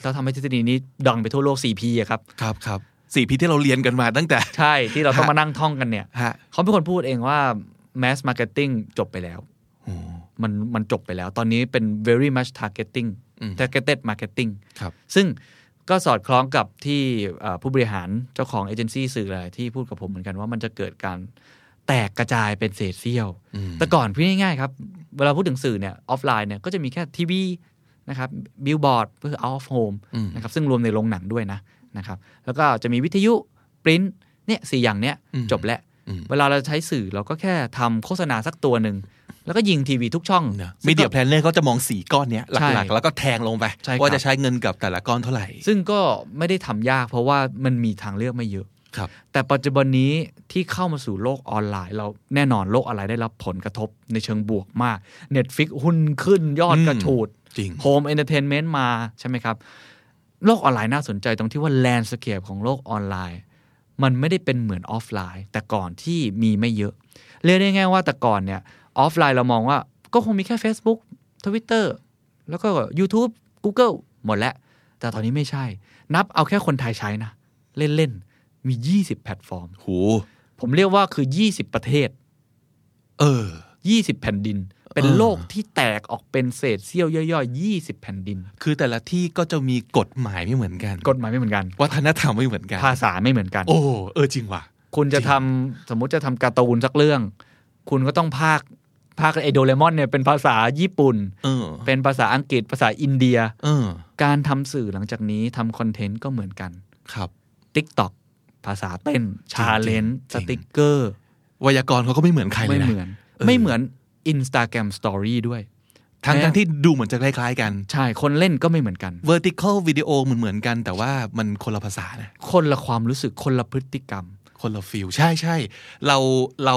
D: แล้วทำให้ทฤษฎีนี้ดังไปทั่วโลก 4P อะครับ
C: ครับครับสี่พีที่เราเรียนกันมาตั้งแต่
D: ใช่ที่เราต้องมานั่งท่องกันเนี่ย
C: ฮะ
D: เขาเป็นคนพูดเองว่า mass marketing จบไปแล้ว
C: โอ้
D: มันมันจบไปแล้ว ตอนนี้เป็น very much targeting
C: อืม
D: targeted marketing
C: ครับ
D: ซึ่งก็สอดคล้องกับที่เอ่อผู้บริหารเจ้าของเอเจนซี่สื่อหลายที่พูดกับผมเหมือนกันว่ามันจะเกิดการแตกกระจายเป็นเศษเสี้ยว
C: อืม
D: แต่ก่อนพูดง่ายๆครับ เวลาพูดถึงสื่อเนี่ยออฟไลน์เนี่ยก็จะมีแค่ทีวีนะครับบิลบอร์ดก็คือ out of home นะครับซึ่งรวมในโรงหนังด้วยนะนะครับแล้วก็จะมีวิทยุปริ้นเนี่ยสี่อย่างเนี้ย
C: อืม
D: จบแล้ว
C: อืม
D: เวลาเราใช้สื่อเราก็แค่ทำโฆษณาสักตัว หนึ่ง แล้วก็ยิงทีวีทุกช่อง
C: นะ
D: ซึ่งก็
C: มีเดียแพลนเนอร์เขาจะมองสีก้อนเนี้ยห
D: ใช่
C: ลักๆ แล้วก็แทงลงไป
D: ใช่ครับ
C: ว่าจะใช้เงินกับแต่ละก้อนเท่าไหร่
D: ซึ่งก็ไม่ได้ทำยากเพราะว่ามันมีทางเลือกไม่เยอะ
C: ครับ
D: แต่ปัจจุบันนี้ที่เข้ามาสู่โลกออนไลน์ เราแน่นอนโลกออนไลน์ได้รับผลกระทบในเชิงบวกมาก Netflix หุ้นขึ้นยอดกระฉูด
C: จริง
D: โฮมเอนเตอร์เทนเมนต์มาใช่ไหมครับ โลกออนไลน์น่าสนใจตรงที่ว่าแลนด์สเคปของโลกออนไลน์ มันไม่ได้เป็นเหมือนออฟไลน์ แต่ก่อนที่มีไม่เยอะ เรียกได้ง่ายว่าแต่ก่อนเนี่ยออฟไลน์เรามองว่าก็คงมีแค่ Facebook Twitter แล้วก็ YouTube Google หมดแล้ว แต่ตอนนี้ไม่ใช่ นับเอาแค่คนไทยใช้นะ เล่น ๆ มี 20 แพลตฟอร์ม
C: โห
D: ผมเรียกว่าคือ 20 ประเทศ
C: เออ
D: 20 แผ่นดิน เป็น
C: เออ
D: โลกที่แตกออกเป็นเศษเสี้ยวย่อยๆ20 แผ่นดิน
C: คือแต่ละที่ก็จะมีกฎหมายไม่เหมือนกัน
D: กฎหมายไม่เหมือนกัน
C: วัฒนธรรมไม่เหมือนกัน
D: ภาษาไม่เหมือนกัน
C: โอ้ เออจริงว่ะ
D: คุณจะทำสมมุติจะทำการ์ตูนสักเรื่อง คุณก็ต้องภาคภาคไอโดเรมอนเนี่ยเป็นภาษาญี่ปุ่น
C: เออ
D: เป็นภาษาอังกฤษภาษาอินเดีย
C: เออ
D: การทำสื่อหลังจากนี้ทำคอนเทนต์ก็เหมือนกัน
C: ครับ
D: Tik t o อกภาษาเต้น ชาเลนจ์
C: จ
D: ส
C: ริง
D: ติกเกอร์
C: ไวยากรณ์เขาก็ไม่เหมือนใครเล
D: ไม่
C: ยนะ
D: เหมือน
C: เออ
D: ไม่เหมือน Instagram Story ด้วย
C: ทั้ง
D: แน่
C: ทั้งที่ดูเหมือนจะคล้ายๆกัน
D: ใช่คนเล่นก็ไม่เหมือนกัน
C: vertical video เหมือนเหมือนๆกัน แต่ว่ามันคนละภาษานะ
D: คนละความรู้สึกคนละพฤติกรรม
C: คนละฟิลใช่ใช่เราเรา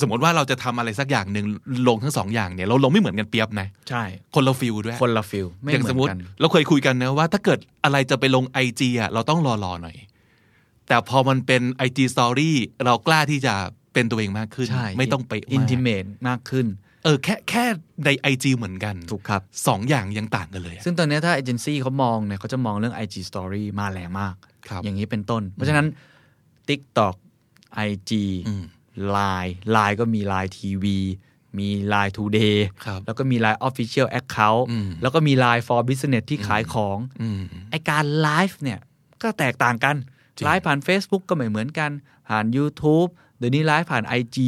C: สมมติว่าเราจะทำอะไรสักอย่างหนึ่งลงทั้งสองอย่างเนี่ยเราลงไม่เหมือนกันเปียบนะ
D: ใช่
C: คนละฟิลด้วย
D: คนละฟิลไม่
C: อย่าง
D: เหมื
C: ส
D: อ
C: ม
D: น
C: มติ
D: กัน
C: เราเคยคุยกันนะว่าถ้าเกิดอะไรจะไปลงไอจีอ่ะเราต้องรอรอๆหน่อย แต่พอมันเป็น IG Story เรากล้าที่จะเป็นตัวเองมากขึ้น
D: ใช่
C: ไม่ต้องไป
D: อินทิเม
C: มาก
D: ตมากขึ้น
C: เออแค่แค่ใน IG เหมือนกัน
D: ถูกครับ
C: สองอย่างยังต่างกันเลยอะ
D: ซึ่งตอนเนี้ยถ้าเอเจนซี่เขามองเนี่ยเขาจะมองเรื่อง IG Story มาแรงมาก
C: ครับ
D: อย่างนี้เป็นต้น เพราะฉะนั้น TikTok IG
C: อืม
D: Line Line ก็มี Line TV มี Line Today
C: ครับ
D: แล้วก็มี Line Official Account
C: อืม
D: แล้วก็มี Line for Business ที่ขายของ
C: อืม
D: ไอการไลฟ์เนี่ย ก็แตกต่างกัน
C: จริง
D: ไลฟ์ผ่าน Facebook ก็ไม่เหมือนกัน ผ่าน YouTube เดี๋ยวนี้ไลฟ์ผ่าน IG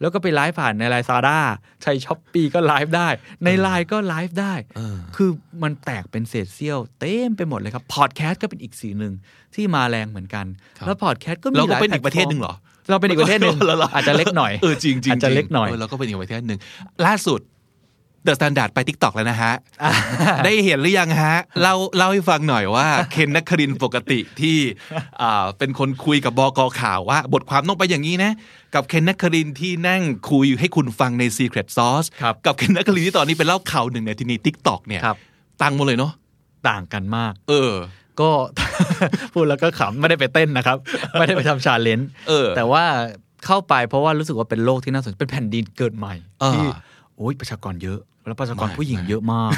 D: แล้วก็ไปไลฟ์ผ่านในไลน์ซาด้าใช้ช้อปปีก็ไลฟ์ได้ ในไลน์ก็ไลฟ์ได้
C: เออ
D: คือมันแตกเป็นเศษเสี้ยว เต็มไปหมดเลยครับ พอดแคสต์ก็เป็นอีกสีหนึ่งที่มาแรงเหมือนกัน
C: ครับ
D: แล้วพอดแคสต์ก็มี
C: เราก็เป็น
D: หลาย
C: อีกประเทศหนึ่งเหรอ
D: เราเป็นอีกประเทศหนึ่งอาจจะเล็กหน่อย
C: เออจริงจริง
D: อาจจะเล็กหน่อย
C: เราก็เป็นอีกประเทศหนึ่งล่าสุด The Standard ไป TikTok แล้วนะฮะ
D: อ่ะ
C: ได้เห็นหรือยังฮะเล่าเล่าให้ฟังหน่อยว่า เคนนักครินทร์ปกติที่ อ่าเป็นคนคุยกับบกข่าวว่า บทความต้องไปอย่างนี้นะ กับเคนนักครินทร์ที่นั่งคุยให้คุณฟังใน Secret Sauce
D: ครับ
C: กับเคนนักครินทร์ที่ตอนนี้เป็นเล่าข่าวหนึ่งในทีนี้ทิกตอกเนี่ย
D: ครับ
C: ตังหมดเลยเนาะ
D: ต่างกันมาก
C: เออ
D: ก็ พูดแล้วก็ขำไม่ได้ไปเต้น นะครับ ไม่ได้ไปทำชาเลนจ์
E: เออ
D: แต่ว่าเข้าไปเพราะว่ารู้สึกว่าเป็นโลกที่น่าสนใจเป็นแผ่นดินเกิดใหม่
E: อ่า
D: ที่โอ้ยประชากรเยอะ แล้วประชากร
E: มาก
D: ผู้หญิงเยอะ มาก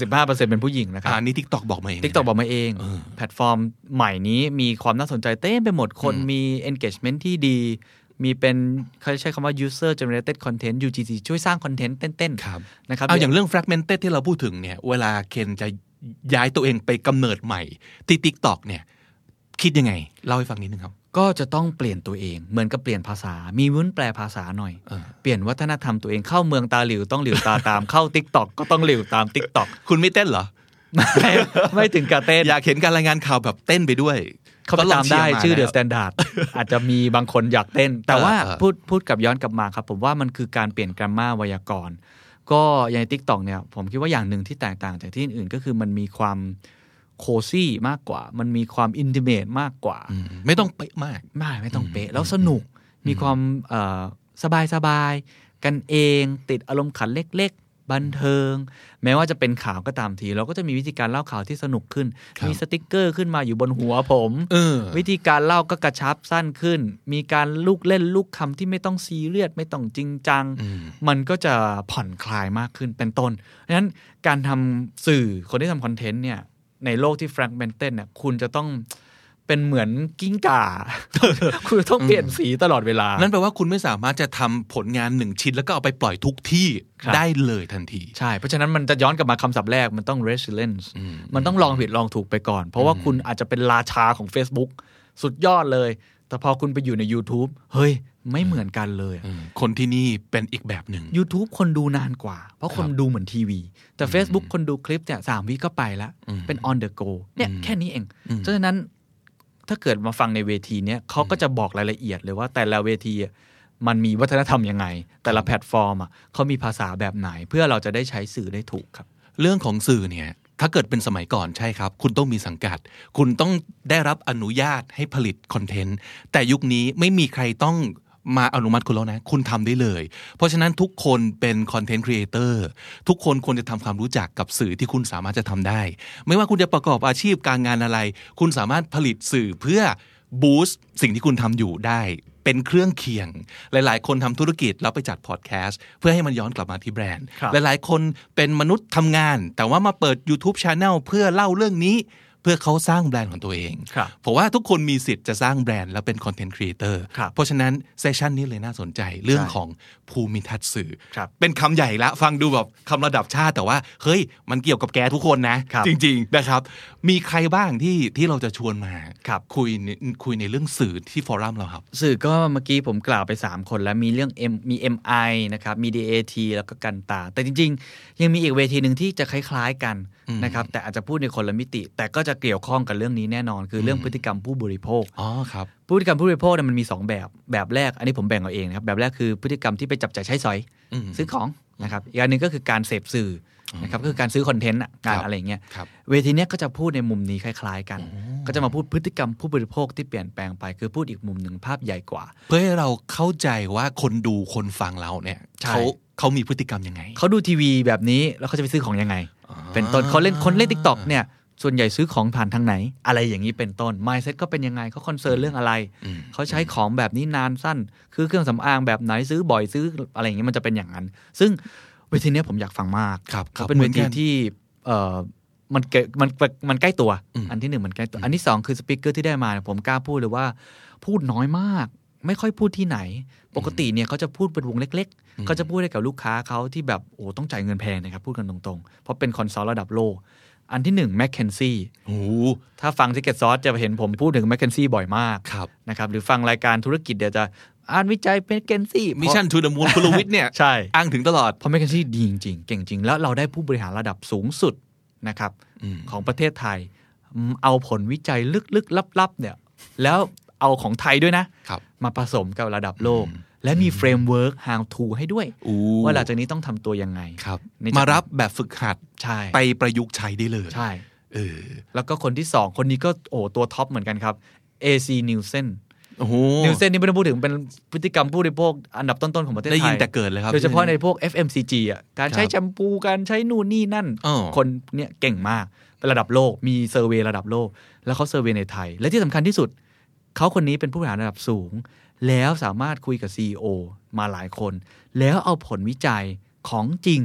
D: 75%เป็นผู้หญิงนะครั
C: อ่า
D: บ
C: อันนี้ทิกตอกบอกมาเอง
D: ทิกตอกบอกมาเอง แพลตฟอร์มใหม่นี้มีความน่าสนใจเต็มไปหมดคนมี engagement ที่ดี มีเป็นเขาใช้คำว่า user generated content UGC ช่วยสร้างคอนเทนต์เต้น
C: ครับ
D: ๆนะครับ
C: เอาอย่างเรื่อง fragmented ที่เราพูดถึงเนี่ย เวลาเคนจะย้ายตัวเองไปกำเนิดใหม่ ที่ TikTok เนี่ย คิดยังไง เล่าให้ฟังนิดนึงครับ
D: ก็จะต้องเปลี่ยนตัวเอง เหมือนกับเปลี่ยนภาษา มีวุ้นแปลภาษาหน่อย
C: เออ
D: เปลี่ยนวัฒนธรรมตัวเองเข้าเมืองตาหลิวต้องหลิวตาตาม เข้า Tik t o k ก็ต้องหลิวตาม Tik t o k
C: คุณไม่เต้นเหรอ
D: ไม่ไม่ถึงกับเต้น
C: อยากเห็นการรายงานข่าวแบบเต้นไปด้วย
D: เขาไปตามได้
C: ก็ลงเยร์
D: ชื่อเด
C: นะ
D: อะ
C: ค
D: ส
C: รับ
D: แตนดาร์ดอาจจะมีบางคนอยาก เต้น แต่ว่า
C: เออเออ
D: พูดพูดกับย้อนกลับมาครับ ผมว่ามันคือการเปลี่ยนกรามาไวยากรณ์ ก็อย่างในทิกตอกเนี่ย ผมคิดว่าอย่างหนึ่งที่แตกต่างจากที่อื่นก็คือมันมีความโคซี่มากกว่า มันมีความอินดิเมตมากกว่า
C: อืมไม่ต้องเป๊ะมาก
D: ไม่ไม่ต้องเป๊ะ แล้วสนุกมีความเอ่อสบายสบายกันเอง ติดอารมณ์ขันเล็ก ๆ บันเทิง แม้ว่าจะเป็นข่าวก็ตามที เราก็จะมีวิธีการเล่าข่าวที่สนุกขึ้น
C: ครับ
D: มีสติกเกอร์ขึ้นมาอยู่บนหัวผม
C: เออ
D: วิธีการเล่าก็กระชับสั้นขึ้น มีการลูกเล่นลูกคำที่ไม่ต้องซีเรียสไม่ต้องจริงจัง
C: อืม
D: มันก็จะผ่อนคลายมากขึ้นเป็นต้นเพราะฉะนั้นการทำสื่อคนที่ทำคอนเทนต์เนี่ย ในโลกที่ fragmented เนี่ยคุณจะต้องเป็นเหมือนกิ้งก่า คุณจะต้องเปลี่ยนสีตลอดเวลา
C: นั่นแปลว่าคุณไม่สามารถจะทำผลงานหนึ่งชิ้น แล้วก็เอาไปปล่อยทุกที่
D: ครับ
C: ได้เลยทันที
D: ใช่ เพราะฉะนั้นมันจะย้อนกลับมาคำศัพท์แรกมันต้อง resilience
C: อืม
D: มันต้องลองผิดลองถูกไปก่อน เพราะว่าคุณอาจจะเป็นราชาของ Facebook สุดยอดเลย แต่พอคุณไปอยู่ใน YouTube เฮ้ย ไม่เหมือนกันเลยอะ
C: อืมคนที่นี่เป็นอีกแบบหนึ่ง
D: YouTube คนดูนานกว่า เพราะคนดูเหมือนทีวี แต่ Facebook คนดูคลิปเนี่ยสามวิก็ไปละเป็น on the go เนี่ยแค่นี้เองเพราะฉะนั้นถ้าเกิดมาฟังในเวทีเนี้ยเขาก็จะบอกรายละเอียดเลยว่าแต่ละเวทีอะมันมีวัฒนธรรมยังไง แต่ละแพลตฟอร์มอะเขามีภาษาแบบไหน เพื่อเราจะได้ใช้สื่อได้ถูกครับ
C: เรื่องของสื่อเนี่ย ถ้าเกิดเป็นสมัยก่อนใช่ครับ คุณต้องมีสังกัด คุณต้องได้รับอนุญาตให้ผลิตคอนเทนต์ แต่ยุคนี้ไม่มีใครต้องมาอนุมัติคุณแล้วนะ คุณทำได้เลย เพราะฉะนั้นทุกคนเป็นคอนเทนต์ครีเอเตอร์ทุกคนควรจะทำความรู้จักกับสื่อที่คุณสามารถจะทำได้ ไม่ว่าคุณจะประกอบอาชีพการงานอะไร คุณสามารถผลิตสื่อเพื่อบูสต์สิ่งที่คุณทำอยู่ได้ เป็นเครื่องเคียง หลาย ๆ คนทำธุรกิจแล้วไปจัดพอดแคสต์เพื่อให้มันย้อนกลับมาที่แบรนด์
D: ครับ
C: หลาย ๆ คนเป็นมนุษย์ทำงาน แต่ว่ามาเปิด YouTube Channel เพื่อเล่าเรื่องนี้ เพื่อเขาสร้างแบรนด์ของตัวเอง
D: ครับ
C: ผมว่าทุกคนมีสิทธิ์จะสร้างแบรนด์และเป็นคอนเทนต์ครีเอเตอร์
D: ครับ
C: เพราะฉะนั้นเซสชันนี้เลยน่าสนใจเรื่อง
D: ใช่
C: ของภูมิทัศน์สื่อ
D: ครับ
C: เป็นคำใหญ่ละฟังดูแบบคำระดับชาติแต่ว่า เฮ้ย มันเกี่ยวกับแกทุกคนนะ
D: ครับ
C: จริง ๆ นะครับ มีใครบ้างที่ที่เราจะชวนมา
D: ครับ
C: ยในคุยในเรื่องสื่อที่ฟอรัมเราครับ
D: สื่อก็เมื่อกี้ผมกล่าวไป 3 คนแล้วมีเรื่อง M มี MI นะครับมี DAT แล้วก็กันตา แต่จริง ๆ ยังมีอีกเวทีหนึ่งที่จะคล้าย ๆ กันนะครับแต่อาจจะพูดในคนละมิติ แต่ก็จะเกี่ยวข้องกับเรื่องนี้แน่นอน คือเรื่องพฤติกรรมผู้บริโภค
C: อ๋อครับ
D: พฤติกรรมผู้บริโภคเนี่ยมันมี 2 แบบ แบบแรกอันนี้ผมแบ่งเอาเองนะครับ แบบแรกคือพฤติกรรมที่ไปจับจ่ายใช้สอย
C: อืม
D: ซื้อของนะครับอีกอันหนึงก็คือการเสพสื่ออนะครับก็คือการซื้อคอนเทนต์อะการ
C: ครับ
D: อะไรอย่างเงี้ย
C: ครับ
D: เวทีเนี้ยก็จะพูดในมุมนี้คล้าย ๆ กัน ก็จะมาพูดพฤติกรรมผู้บริโภคที่เปลี่ยนแปลงไป คือพูดอีกมุมหนึ่งภาพใหญ่กว่า
C: เพื่อให้เราเข้าใจว่าคนดูคนฟังเราเนี่ย
D: ใช่
C: เขาเขามีพฤติกรรมยังไง
D: เขาดูทีวีแบบนี้แล้วเขาจะไปซื้อของยังไง เป็นต้นเขาเล่นคนเล่นทิกตอกเนี่ย ส่วนใหญ่ซื้อของผ่านทางไหน อะไรอย่างนี้เป็นต้น mindset ก็เป็นยังไงเขาคอนเซิร์นเรื่องอะไร เขาใช้ของแบบนี้นานสั้น คือเครื่องสำอางแบบไหนซื้อบ่อยซื้ออะไรอย่างนี้มันจะเป็นอย่างนั้น ซึ่งเวทีเนี้ยผมอยากฟังมาก
C: ครับ
D: เขาะเป็น
C: เหมื
D: เว
C: อนกัน
D: ทีที่เอ่อมันเกมันมันใกล้ตัว อันที่หนึ่งมันใกล้ตัว อันที่สองคือสปิเกอร์ที่ได้มาเนี่ยผมกล้าพูดเลยว่า พูดน้อยมาก ไม่ค่อยพูดที่ไหน ปกติเนี่ยเขาจะพูดเป็นวงเล็กๆเขาจะพูดให้กับลูกค้าเขาที่แบบโอ้ต้องจ่ายเงินแพงนะครับ พูดกันตรงๆ เพราะเป็นคอนซัลท์ระดับโลก อันที่หนึ่งแมคเคนซี่
C: โอ้โห
D: ถ้าฟังทิกเก็ตซอสจะเห็นผมพูดถึงแมคเคนซี่บ่อยมาก
C: ครับ
D: นะครับหรือฟังรายการธุรกิจเดี๋ยวจะอ่านวิจัยแมคเคนซี่
C: มิชชั่นทูเดอะมูนคุณลวิทย์เนี่ย
D: ใช่
C: อ้างถึงตลอด
D: เพราะแมคเคนซี่ดีจริงๆ เก่งจริง แล้วเราได้ผู้บริหารระดับสูงสุดนะครับ
C: อืม
D: ของประเทศไทยอืมเอาผลวิจัยลึกๆ ลับๆเนี่ยแล้วเอาของไทยด้วยนะ
C: ครับ
D: มาผสมกับระดับโลก และมีเฟรมเวิร์ก how to ให้ด้วย
C: อู้
D: ว่าหลังจากนี้ต้องทำตัวยังไง
C: ครับ
D: นี่จะ
C: มารับแบบฝึกหัด
D: ใช่
C: ไปประยุกต์ใช้ได้เลย
D: ใช่
C: เออ
D: แล้วก็คนที่ 2 คนนี้ก็โอ้โหตัวท็อप เหมือนกันครับ AC Nielsen
C: โอ้โห
D: นิวเซนนี่ไม่ต้องพูดถึงเป็นพฤติกรรมผู้บริโภคอันดับต้น ๆ ของประเทศไทย
C: ได้ยินแต่เกิดเลยครับ
D: โดยเฉพาะในพวก FMCG อ่ะการใช้แชมพูการใช้นู่นนี่นั่น
C: อ้อ
D: คนเนี่ยเก่งมากระดับโลกมีเซอร์เวยระดับโลก แล้วเขาเซอร์เวยในไทย และที่สำคัญที่สุด เขาคนนี้เป็นผู้บริหารระดับสูง แล้วสามารถคุยกับ CEO มาหลายคน แล้วเอาผลวิจัยของจริง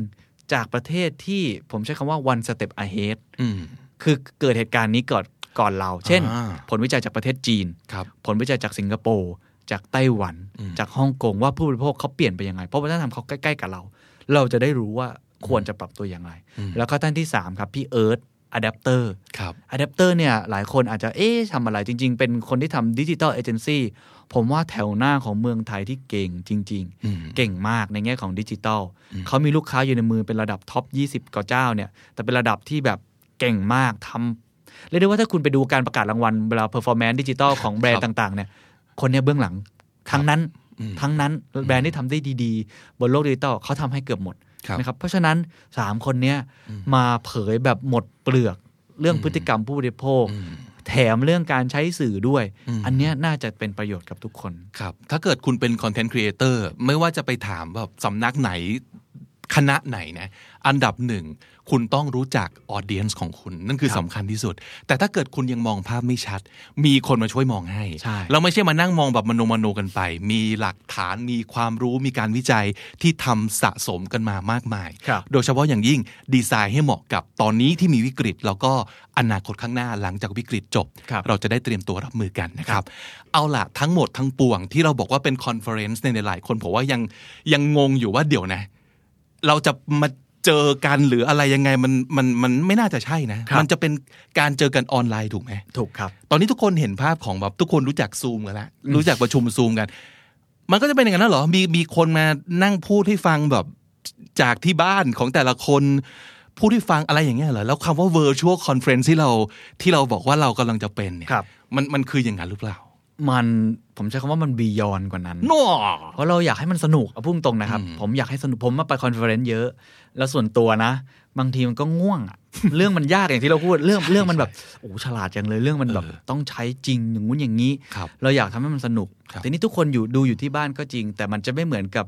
D: จากประเทศที่ผมใช้คำว่า one step ahead
C: อืม
D: คือเกิดเหตุการณ์นี้ก่อนก่อนเรา เช่น
C: อ่า
D: ผลวิจัยจากประเทศจีน
C: ครับ
D: ผลวิจัยจากสิงคโปร์จากไต้หวัน
C: อืม
D: จากฮ่องกงว่าผู้บริโภคเขาเปลี่ยนไปยังไง เพราะวัฒนธรรมเขาใกล้ ๆ กับเรา เราจะได้รู้ว่าควรจะปรับตัวอย่างไร แล้วก็ท่านที่ 3 ครับ พี่เอิร์ธอะแดปเตอร์
C: ครับ
D: อะแดปเตอร์เนี่ยหลายคนอาจจะเอ๊ะทำอะไรจริง ๆ เป็นคนที่ทำดิจิ t a ลเอเจนซี่ผมว่าแถวหน้าของเมืองไทยที่เก่งจริง ๆ
C: อืม
D: เก่งมากในแง่ของดิจิตอลเขามีลูกค้าอยู่ในมือเป็นระดับท็อป 20กว่าเจ้าเนี่ย แต่เป็นระดับที่แบบเก่งมากทำเรียกได้ว่าถ้าคุณไปดูการประกาศรางวัลเวลาเพอร์ฟอร์แมนซ์ดิจิตอลของแบรนด์ต่าง ๆ เนี่ย คนเนี่ยเบื้องหลัง ทั้งนั้น
C: อืม
D: ทั้งนั้นแบรนด์ที่ทำได้ดี ๆ บนโลกดิจิตอลเขาทำให้เกือบหมด
C: ครับ
D: นะครับเพราะฉะนั้น 3 คนเนี่ยมาเผยแบบหมดเปลือกเรื่องพฤติกรรมผู้บริโภค แถมเรื่องการใช้สื่อด้วย
C: อืม
D: อันเนี้ยน่าจะเป็นประโยชน์กับทุกคน
C: ครับ ถ้าเกิดคุณเป็นคอนเทนต์ครีเอเตอร์ไม่ว่าจะไปถามแบบสำนักไหนคณะไหนนะ อันดับหนึ่ง คุณต้องรู้จักออเดียนส์ของคุณ นั่นคือสำคัญที่สุด แต่ถ้าเกิดคุณยังมองภาพไม่ชัด มีคนมาช่วยมองให้
D: ใช่
C: เราไม่ใช่มานั่งมองแบบมโนมโนกันไป มีหลักฐานมีความรู้มีการวิจัยที่ทำสะสมกันมามากมาย
D: ครับ
C: โดยเฉพาะอย่างยิ่งดีไซน์ให้เหมาะกับตอนนี้ที่มีวิกฤต แล้วก็อนาคตข้างหน้าหลังจากวิกฤตจบ
D: ครับ
C: เราจะได้เตรียมตัวรับมือกันนะครับ เอาล่ะทั้งหมดทั้งปวงที่เราบอกว่าเป็นคอนเฟอเรนซ์ในยหลายคนผมว่ายังยังงงอยู่ว่าเดี๋ยวนะ เราจะมาเจอกันหรืออะไรยังไงมันมันมันไม่น่าจะใช่นะ
D: ครับ
C: มันจะเป็นการเจอกันออนไลน์ถูกไหม
D: ถูกครับ
C: ตอนนี้ทุกคนเห็นภาพของแบบทุกคนรู้จักซูมกันแล้วรู้จักประชุมซูมกัน มันก็จะเป็นอย่างนั้นแล้วเหรอมีมีคนมานั่งพูดให้ฟังแบบจากที่บ้านของแต่ละคนพูดให้ฟังอะไรอย่างเงี้ยเหรอแล้วคำว่า virtual conference ที่เราที่เราบอกว่าเรากำลังจะเป็นเนี่ย
D: ครับ
C: มันมันคืออย่างนั้นหรือเปล่า
D: มันผมใช้คำว่ามันบียอนกว่านั้น
C: น่อ
D: เพราะเราอยากให้มันสนุกเอาพุ่งตรงนะครับ ผมอยากให้สนุกผมมาไปคอนเฟอเรนซ์เยอะ แล้วส่วนตัวนะ บางทีมันก็ง่ว งอะ เรื่องมันยากอย่างที่เราพูดเรื่องเรื่องมันแบบโอ้ฉลาดจังเลยเรื่องมันแบบต้องใช้จริงอย่างงู้นอย่างนี้
C: ครับ
D: เราอยากทำให้มันสนุก
C: ครับ
D: ทีนี้ทุกคนอยู่ดูอยู่ที่บ้านก็จริง แต่มันจะไม่เหมือนกับ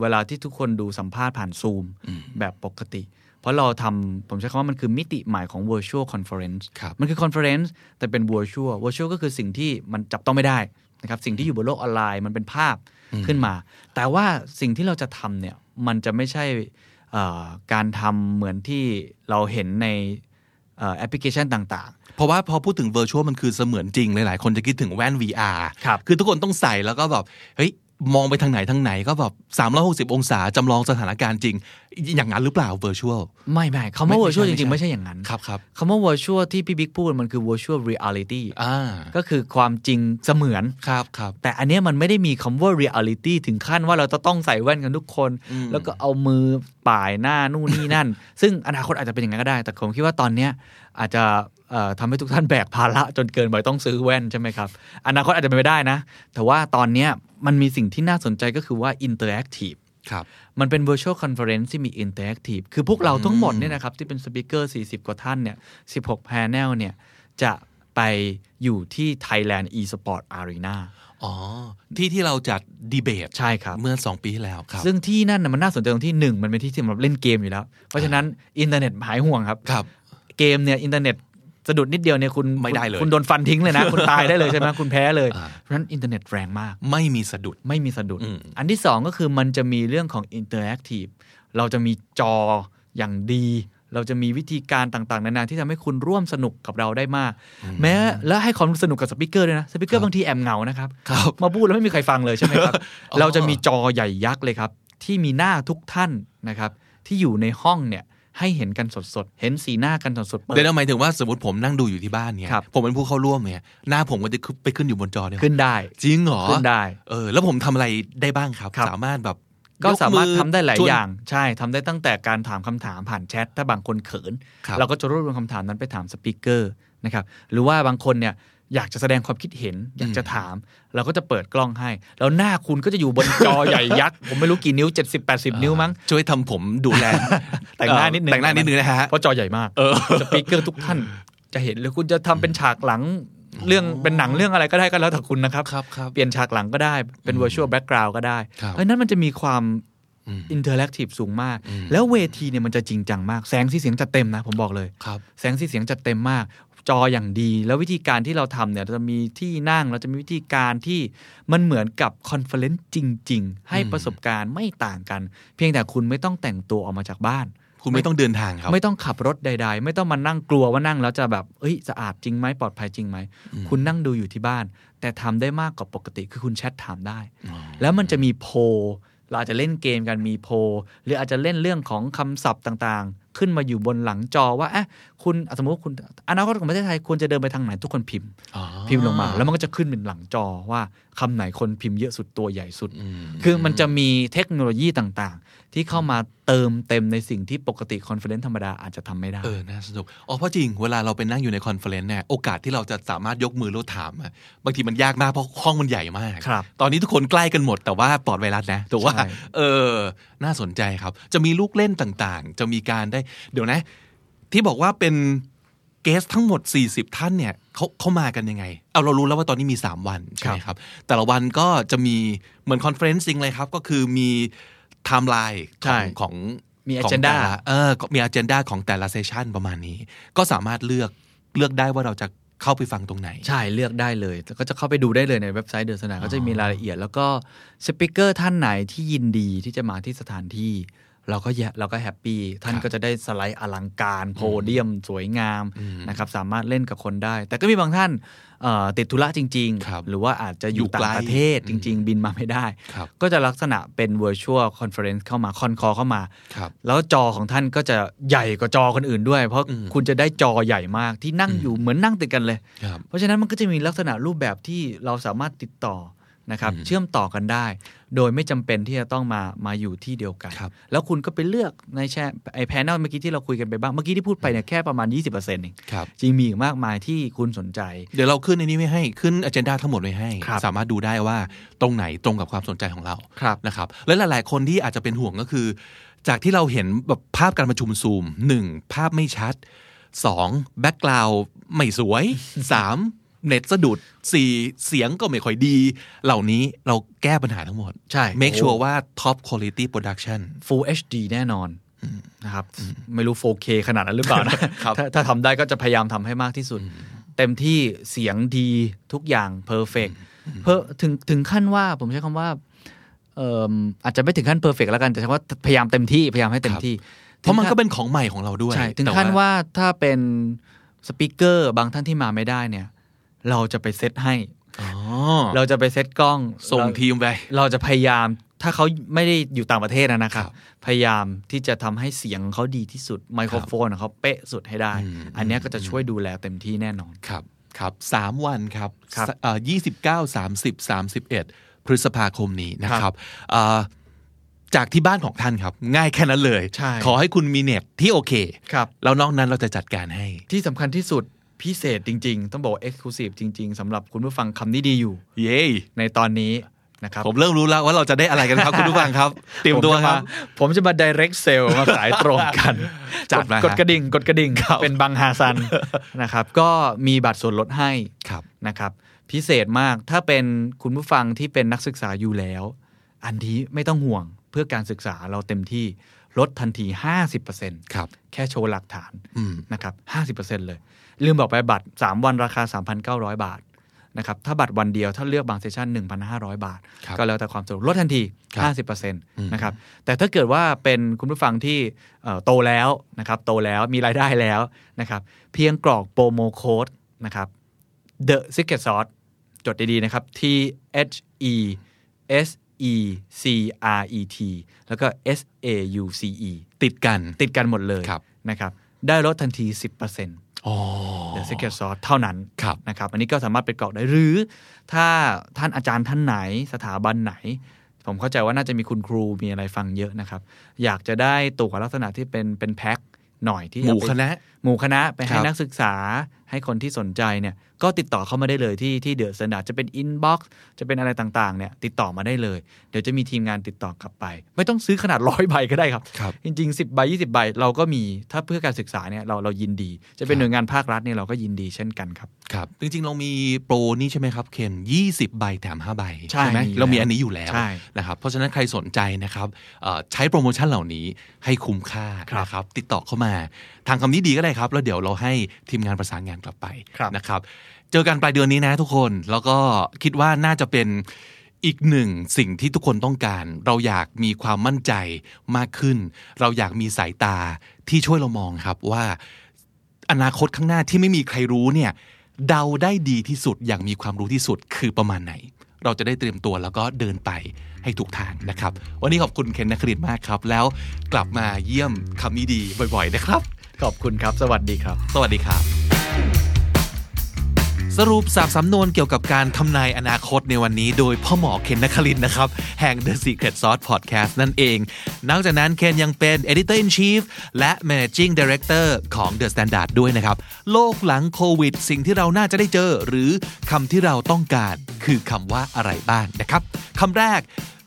D: เวลาที่ทุกคนดูสัมภาษณ์ผ่านซูม
C: อืม
D: แบบปกติ เพราะเราทำผมใช้คำว่ามันคือมิติใหม่ของ virtual conference
C: ครับ
D: มันคือคอนเฟอเรนซ์แต่เป็น virtual virtual ก็คือสิ่งที่มันจับต้องไม่ได้นะครับสิ่งที่อยู่บนโลกออนไลน์มันเป็นภาพขึ้นมา แต่ว่าสิ่งที่เราจะทำเนี่ยมันจะไม่ใช่เอ่อการทำเหมือนที่เราเห็นในเอ่อแอปพลิเคชันต่าง
C: เพราะว่าพอพูดถึง virtual มันคือเสมือนจริง หลาย ๆ คนจะคิดถึงแว่น VR
D: ครับ
C: คือทุกคนต้องใส่แล้วก็แบบเฮ้ยมองไปทางไหนทางไหนก็แบบ360 องศาจำลองสถานการณ์จริง อย่างนั้นหรือเปล่า virtual
D: ๆ ไม่ไม่คำว่า
C: ไม่ไม่ใช่
D: virtual จริง ๆ ไม่ใช่อย่างนั้น
C: ครับครับ
D: คำว่า virtual ที่พี่บิ๊กพูดมันคือ virtual reality
C: อ่า
D: ก็คือความจริงเสมือน
C: ครับครับ
D: แต่อันเนี้ยมันไม่ได้มีคำว่า reality ถึงขั้นว่าเราจะต้องใส่แว่นกันทุกคน
C: อืม
D: แล้วก็เอามือป่ายหน้านู่นนี่นั่น ซึ่งอนาคตอาจจะเป็นอย่างนั้นก็ได้ แต่ผมคิดว่าตอนเนี้ยอาจจะเอ่อทำให้ทุกท่านแบกภาระจนเกินไปต้องซื้อแว่นใช่ไหมครับ อนาคตอาจจะเป็นไปได้นะ แต่ว่าตอนเนี้ยมันมีสิ่งที่น่าสนใจก็คือว่า interactive
C: ครับ
D: มันเป็น virtual conference ที่มี interactive คือพวกเราทั้งหมดเนี่ยนะครับที่เป็นสปิเกอร์ 40 กว่าท่านเนี่ย 16 panel เนี่ยจะไปอยู่ที่ Thailand eSport Arena
C: อ๋อที่ที่เราจัดดีเบต
D: ใช่ครับ
C: เมื่อ 2 ปีที่แล้วครับ
D: ซึ่งที่นั่นน่ะมันน่าสนใจตรงที่หนึ่งมันเป็นที่สำหรับเล่นเกมอยู่แล้ว เพราะฉะนั้นอินเทอร์เน็ตหายห่วงครับ
C: ครับ
D: เกมเนี่ยอินเทอร์เน็ตสะดุดนิดเดียวเนี่ยคุณ
C: ไม่ได้เลย
D: คุณโดนฟันทิ้งเลย นะ คุณตายได้เลยใช่ไหมคุณแพ้เลย
C: อ่า
D: เพราะฉะนั้นอินเทอร์เน็ตแรงมาก
C: ไม่มีสะดุด
D: ไม่มีสะดุด
C: อืม
D: อันที่สองก็คือมันจะมีเรื่องของอินเ r อร์แอคทีฟ เราจะมีจออย่างดี เราจะมีวิธีการต่างๆ นานาที่ทำให้คุณร่วมสนุกกับเราได้มาก แม้แล้วให้ความสนุกกับสปิเกอร์ด้วยนะ สปิเกอร์บางทีแอบเหงานะครับ
C: ครับ
D: มาพูดแล้วไม่มีใครฟังเลยใช่ไหมครับ
C: อ๋อ
D: เราจะมีจอใหญ่ยักษ์เลยครับ ที่มีหน้าทุกท่านนะครับ ที่อยู่ในห้องเนี่ยให้เห็นกันสดๆ เห็นสีหน้ากันสดๆ
C: เดี๋ยวนะหมายถึงว่าสมมติผมนั่งดูอยู่ที่บ้านเนี่ย
D: ครับ
C: ผมเป็นผู้เข้าร่วมเนี่ยหน้าผมก็จะไปขึ้นอยู่บนจอเนี่ย
D: ขึ้นได้
C: จริงเหรอ
D: ขึ้นได้
C: เออแล้วผมทำอะไรได้บ้างครับ
D: ครับ
C: สามารถแบบ
D: ก็สามารถ
C: ย
D: ทำได้หลาย
C: ชวน
D: อย่าง ใช่ทำได้ตั้งแต่การถามคำถามผ่านแชท ถ้าบางคนเขิน
C: ครับ
D: เราก็จะรวบรวมคำถามนั้นไปถามสปิเกอร์นะครับหรือว่าบางคนเนี่ยอยากจะแสดงความคิดเห็น อยากจะถาม เราก็จะเปิดกล้องให้ แล้วหน้าคุณก็จะอยู่บนจอ ใหญ่ยักษ์ ผมไม่รู้กี่นิ้ว 70 80 นิ้วมั้ง
C: ช่วยทำผมดู แล
D: แต่งหน้านิดนึง
C: แต่งหน้านิดนึงนะฮะ
D: เพราะจอใหญ่มากสปิเกอร์ทุกท่านจะเห็นเลยคุณจะทำเป็นฉากหลัง เรื่องเป็นหนังเรื่องอะไรก็ได้ก็แล้วแต่คุณนะครับ
C: ครับครับ
D: เปลี่ยนฉากหลังก็ได้เป็น virtual background ก็ได้
C: ครับ
D: เพราะฉะนั้นมันจะมีความ
C: อืม
D: อินเทอร์แอคทีฟสูงมาก แล้วเวทีเนี่ยมันจะจริงจังมาก แสงสีเสียงจัดเต็มนะ ผมบอกเลย
C: ครับ
D: แสงสีเสียงจัดเต็มมาก จออย่างดี แล้ววิธีการที่เราทำเนี่ยเราจะมีที่นั่งเราจะมีวิธีการที่มันเหมือนกับคอนเฟลเลนซ์จริง ๆ ให้ประสบการณ์ไม่ต่างกัน เพียงแต่คุณไม่ต้องแต่งตัวออกมาจากบ้าน
C: คุณไม่ต้องเดินทางครับ
D: ไม่ต้องขับรถใด ๆ ไม่ต้องมานั่งกลัวว่านั่งแล้วจะแบบเอ้ยสะอาดจริงไหมปลอดภัยจริงไหม คุณนั่งดูอยู่ที่บ้าน แต่ทำได้มากกว่าปกติคือคุณแชทถามได้ แล้วมันจะมีโพลเราอาจจะเล่นเกมกันมีโพลหรืออาจจะเล่นเรื่องของคำศัพท์ต่างๆ ขึ้นมาอยู่บนหลังจอว่าเอ๊ะคุณอ่ะสมมติว่าคุณอนาคตของประเทศไทยควรจะเดินไปทางไหนทุกคนพิมพ์
C: อ๋อ
D: พิมพ์ลงมา แล้วมันก็จะขึ้นเป็นหลังจอว่าคำไหนคนพิมพ์เยอะสุดตัวใหญ่สุด
C: อืม
D: คือมันจะมีเทคโนโลยีต่างๆ ที่เข้ามาเติมเต็มในสิ่งที่ปกติคอนเฟลเลนซ์ธรรมดาอาจจะทำไม่ได้
C: เออ น่าสนุก อ๋อ เพราะจริง เวลาเราไปนั่งอยู่ในคอนเฟลเลนซ์เนี่ย โอกาสที่เราจะสามารถยกมือแล้วถามอะบางทีมันยากมากเพราะห้องมันใหญ่มาก
D: ครับ
C: ตอนนี้ทุกคนใกล้กันหมด แต่ว่าปลอดไวรัสนะแต่ว่า
D: ใช่
C: เออ น่าสนใจครับ จะมีลูกเล่นต่างๆ จะมีการได้ เดี๋ยวนะ ที่บอกว่าเป็นเกสทั้งหมด 40 ท่านเนี่ยเขาเขามากันยังไง เอาเรารู้แล้วว่าตอนนี้มี 3 วันใช่ไหมครับ แต่ละวันก็จะมีเหมือนคอนเฟรนซ์จริงเลยครับ ก็คือมีไทม์ไลน์ข
D: ใช่
C: องของ
D: มี
C: ของ
D: agenda
C: แต่ละ เออก็มีอ g e n d a ของแต่ละเซสชันประมาณนี้ ก็สามารถเลือกเลือกได้ว่าเราจะเข้าไปฟังตรงไหน
D: ใช่เลือกได้เลยแล้วก็จะเข้าไปดูได้เลยในเว็บไซต์เดอะสนามก็จะมีรายละเอียด แล้วก็สปิเกอร์ท่านไหนที่ยินดีที่จะมาที่สถานที่ เราก็แยเราก็แฮปปี้ท่านก็จะได้สไลด์อลังการโพเดียมสวยงามนะครับสามารถเล่นกับคนได้ แต่ก็มีบางท่านเอ่อติดธุระจริง
C: ครับ
D: ๆ หรือว่าอาจจะอ
C: อยู่
D: ยู่
C: ไกล
D: ต่างประเทศจริง ๆ บินมาไม่ได้
C: ครับ
D: ก็จะลักษณะเป็น virtual conference เข้ามาคอนคอเข้ามา
C: ครับ
D: แล้วจอของท่านก็จะใหญ่กว่าจอคนอื่นด้วย เพราะ
C: อืม
D: คุณจะได้จอใหญ่มากที่นั่งอยู่เหมือนนั่งติดกันเลย
C: ครับ
D: เพราะฉะนั้นมันก็จะมีลักษณะรูปแบบที่เราสามารถติดต่อนะครับ เชื่อมต่อกันได้ โดยไม่จำเป็นที่จะต้องมามาอยู่ที่เดียวกัน
C: ครับ
D: แล้วคุณก็ไปเลือกในแชร์ไอแพนเนลเมื่อกี้ที่เราคุยกันไปบ้าง เมื่อกี้ที่พูดไปเนี่ยแค่ประมาณ 20%เอง
C: ครับ
D: จริงมีอีกมากมายที่คุณสนใจ
C: เดี๋ยวเราขึ้นในนี้ไว้ให้ขึ้นอ g e n d a ทั้งหมดไว้ให้
D: ครับ
C: สามารถดูได้ว่าตรงไหนตรงกับความสนใจของเรา
D: ครับ
C: นะครับและหลาย ๆ คนที่อาจจะเป็นห่วงก็คือ จากที่เราเห็นแบบภาพการประชุมซูม 1. ภาพไม่ชัด 2. แบ็กกราวไม่ส วย 3. เน็ตสะดุด 4. เสียงก็ไม่ค่อยดี เหล่านี้เราแก้ปัญหาทั้งหมด
D: ใช่
C: make sure ว่า top quality production
D: Full HD แน่นอนนะครับ ไม่รู้ 4K ขนาดนั้นหรือเปล่านะ ถ้าถ้าทำได้ก็จะพยายามทำให้มากที่สุด เต็มที่เสียงดีทุกอย่างเพอร์เฟกถึงถึงขั้นว่าผมใช้คำว่าเอิ่มอาจจะไม่ถึงขั้นเพอร์เฟกแล้วกัน แต่ใช้คำว่าพยายามเต็มที่ พยายามให้เต็มที่
C: เพราะมันก็
D: ถึงขั้
C: เป็นของใหม่ของเราด้วย
D: ใช่ถึง
C: แต่
D: ขั้นว่าถ้าเป็นสปีกเกอร์บางท่านที่มาไม่ได้เนี่ย เราจะไปเซตให้
C: อ๋อ
D: เราจะไปเซตกล้อง
C: ส่งทีมไป
D: เราจะพยายามถ้าเขาไม่ได้อยู่ต่างประเทศนะนะครับ
C: ครับ
D: พยายามที่จะทำให้เสียงเขาดีที่สุด ไมโครโฟนของเขาเป๊ะสุดให้ได้
C: อืม
D: อันเนี้ยก็จะช่วยดูแลเต็มที่แน่นอน
C: ครับครับสามวันครับ
D: ครับ
C: สะเอ่อยี่สิบเก้าสามสิบสามสิบเอ็ดพฤษภาคมนี้นะค
D: ครั
C: รับบ เอ่อจากที่บ้านของท่านครับ ง่ายแค่นั้นเลย
D: ใช่
C: ขอให้คุณมีเน็ตที่โอเค
D: ครับ
C: แล้วนอกนั้นเราจะจัดการให้
D: ที่สำคัญที่สุดพิเศษจริง ๆ ต้องบอกเอ็กซ์คลูซีฟจริง ๆสำหรับคุณผู้ฟังคำนี้ดีอยู่
C: เย้
D: ในตอนนี้นะครับ
C: ผมเริ่มรู้แล้วว่าเราจะได้อะไรกันครับ คุณผู้ฟังครับเตรียมตัวครับ
D: ผมจะมา direct sell มาขายตรงกัน
C: จัดมาฮะ
D: กดกระดิ่งกดกระดิ่งเป็นบังฮาซันนะครับ ก็มีบัตรส่วนลดให้
C: ครับ
D: นะครับพิเศษมากถ้าเป็นคุณผู้ฟังที่เป็นนักศึกษาอยู่แล้ว อันนี้ไม่ต้องห่วงเพื่อการศึกษาเราเต็มที่ลดทันที 50%
C: ครับ
D: แค่โชว์หลักฐาน
C: อืม
D: นะครับ 50%เลย ลืมบอกไปบัตร 3 วันราคา 3,900 บาทนะครับถ้าบัตรวันเดียวถ้าเลือกบางเซสชัน1,500 บาท
C: ครับ
D: ก็แล้วแต่ความสะดวกลดทันที
C: ครับ
D: 50%นะครับแต่ถ้าเกิดว่าเป็นคุณผู้ฟังที่เอ่อโตแล้วนะครับโตแล้วมีรายได้แล้วนะครับเพียงกรอกโปรโมโค้ดนะครับ The Secret Sauce จดดี ๆ นะครับ T H E S E C R E T แล้วก็ S A U C E
C: ติดกัน
D: ติดกันหมดเลย
C: ครับ
D: นะครับ ได้ลดทันที 10%
C: อ๋อ
D: The Secret Sauce เท่านั้น
C: ครับ
D: นะครับ อันนี้ก็สามารถไปกรอกได้หรือถ้าท่านอาจารย์ท่านไหนสถาบันไหน ผมเข้าใจว่าน่าจะมีคุณครูมีอะไรฟังเยอะนะครับ อยากจะได้ตั๋วลักษณะที่เป็นเป็นแพ็คหน่อยที่
C: หมู่
D: เอาไป
C: คณะ
D: หมู่คณะไป
C: ค
D: ให้
C: รับ
D: นักศึกษา ให้คนที่สนใจเนี่ยก็ติดต่อเข้ามาได้เลยที่ที่เดอะสแตนดาร์ดจะเป็นอินบ็อกซ์จะเป็นอะไรต่างๆเนี่ยติดต่อมาได้เลย เดี๋ยวจะมีทีมงานติดต่อกลับไป ไม่ต้องซื้อขนาดร้อยใบก็ได้ครับ
C: ครับ
D: จริงๆ 10 ใบ 20 ใบ เราก็มีถ้าเพื่อการศึกษาเนี่ยเราเรายินดี จะเป็นหน่วยงานภาครัฐเนี่ยเราก็ยินดีเช่นกันครับ
C: ครับ จริงๆ เรามีโปรนี่ใช่ไหมครับ เคน20 ใบแถม 5 ใบ
D: ใช่
C: ไหม
D: มีอยู่
C: เรามี
D: แล้ว
C: อันนี้อยู่แล้ว
D: ใช่
C: นะครับ เพราะฉะนั้นใครสนใจนะครับเอ่อใช้โปรโมชั่นเหล่านี้ให้คุ้มค่า
D: ครับ
C: นะครับ ติดต่อเข้ามาทางคำนี้ดีก็ได้ครับ แล้วเดี๋ยวเราให้ทีมงานประสานงานกลับไป
D: ครับ
C: นะครับ เจอกันปลายเดือนนี้นะทุกคน แล้วก็คิดว่าน่าจะเป็นอีกหนึ่งสิ่งที่ทุกคนต้องการ เราอยากมีความมั่นใจมากขึ้น เราอยากมีสายตาที่ช่วยเรามองครับว่า อนาคตข้างหน้าที่ไม่มีใครรู้เนี่ยเดาได้ดีที่สุดอย่างมีความรู้ที่สุดคือประมาณไหน เราจะได้เตรียมตัวแล้วก็เดินไปให้ถูกทางนะครับ วันนี้ขอบคุณเคนนักครินทร์มากครับ แล้วกลับมาเยี่ยมคำนี้ดีบ่อยๆนะครับ
D: ขอบคุณครับ สวัสดีครับ
C: สวัสดีครับ สรุปสาบสำนวนเกี่ยวกับการทำนายอนาคตในวันนี้โดยพ่อหมอเคนนักคลินนะครับ แห่ง The Secret Sauce Podcast นั่นเอง นอกจากนั้นเคนยังเป็น Editor in Chief และ Managing Director ของ The Standard ด้วยนะครับ โลกหลังโควิด สิ่งที่เราน่าจะได้เจอ หรือคำที่เราต้องการคือคำว่าอะไรบ้างนะครับคำแรก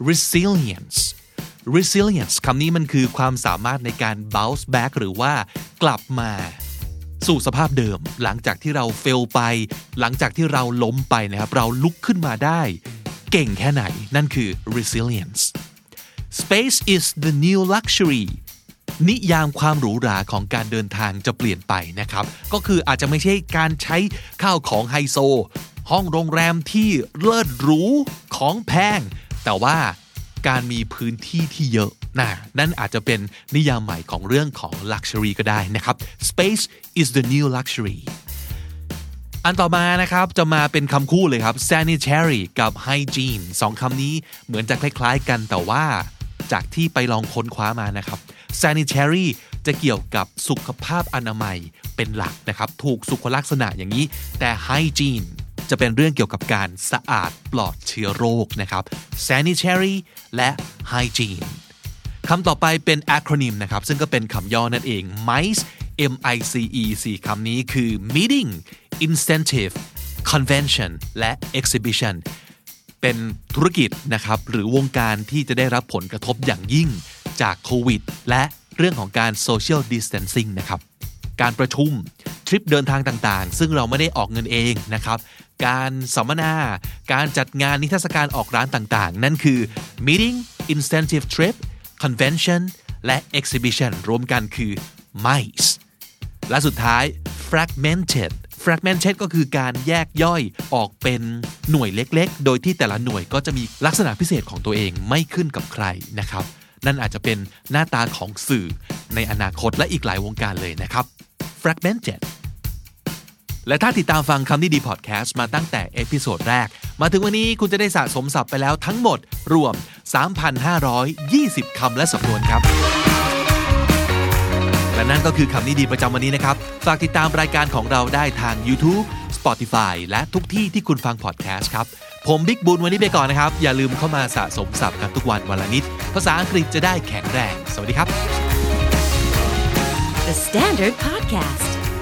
C: resilience resilience คำนี้มันคือความสามารถในการ bounce back หรือว่ากลับมา สู่สภาพเดิมหลังจากที่เราเฟลไป หลังจากที่เราล้มไปนะครับ เราลุกขึ้นมาได้ เก่งแค่ไหน นั่นคือ resilience space is the new luxury นิยามความหรูหราของการเดินทางจะเปลี่ยนไปนะครับ ก็คืออาจจะไม่ใช่การใช้ข้าวของไฮโซ ห้องโรงแรมที่เลิศหรูของแพง แต่ว่าการมีพื้นที่ที่เยอะนะนั่นอาจจะเป็นนิยามใหม่ของเรื่องของ Luxury ก็ได้นะครับ Space is the new luxury อันต่อมานะครับ จะมาเป็นคำคู่เลยครับ sanitary กับ hygiene สองคำนี้เหมือนจะคล้ายๆกันแต่ว่าจากที่ไปลองค้นคว้ามานะครับ sanitary จะเกี่ยวกับสุขภาพอนามัยเป็นหลักนะครับ ถูกสุขลักษณะอย่างนี้ แต่ hygiene จะเป็นเรื่องเกี่ยวกับการสะอาดปลอดเชื้อโรคนะครับ sanitary และ hygiene คำต่อไปเป็น acronym นะครับ ซึ่งก็เป็นคำย่อนั่นเอง MICE M I C E สี่คำนี้คือ meeting incentive convention และ exhibition เป็นธุรกิจนะครับ หรือวงการที่จะได้รับผลกระทบอย่างยิ่งจากโควิด และเรื่องของการ social distancing นะครับ การประชุม ทริปเดินทางต่างๆ ซึ่งเราไม่ได้ออกเงินเองนะครับ การสัมมนา การจัดงานนิทรรศการออกร้านต่างๆ นั่นคือ meeting incentive trip convention และ exhibition รวมกันคือ mice และสุดท้าย fragmented fragmented ก็คือการแยกย่อยออกเป็นหน่วยเล็กๆ โดยที่แต่ละหน่วยก็จะมีลักษณะพิเศษของตัวเองไม่ขึ้นกับใครนะครับ นั่นอาจจะเป็นหน้าตาของสื่อในอนาคตและอีกหลายวงการเลยนะครับ fragmented และถ้าติดตามฟังคำนี้ดีพอดแคสต์มาตั้งแต่เอพิโซดแรก มาถึงวันนี้คุณจะได้สะสมศัพท์ไปแล้วทั้งหมดรวม 3,520 คำและสำนวนครับ และนั่นก็คือคำนี้ดีประจำวันนี้นะครับ ฝากติดตามรายการของเราได้ทาง YouTube Spotify และทุกที่ที่คุณฟังพอดแคสต์ครับ ผมบิ๊กบุญวันนี้ไปก่อนนะครับ อย่าลืมเข้ามาสะสมศัพท์กันทุกวันวันละนิด ภาษาอังกฤษจะได้แข็งแรง สวัสดีครับ
A: The Standard Podcast,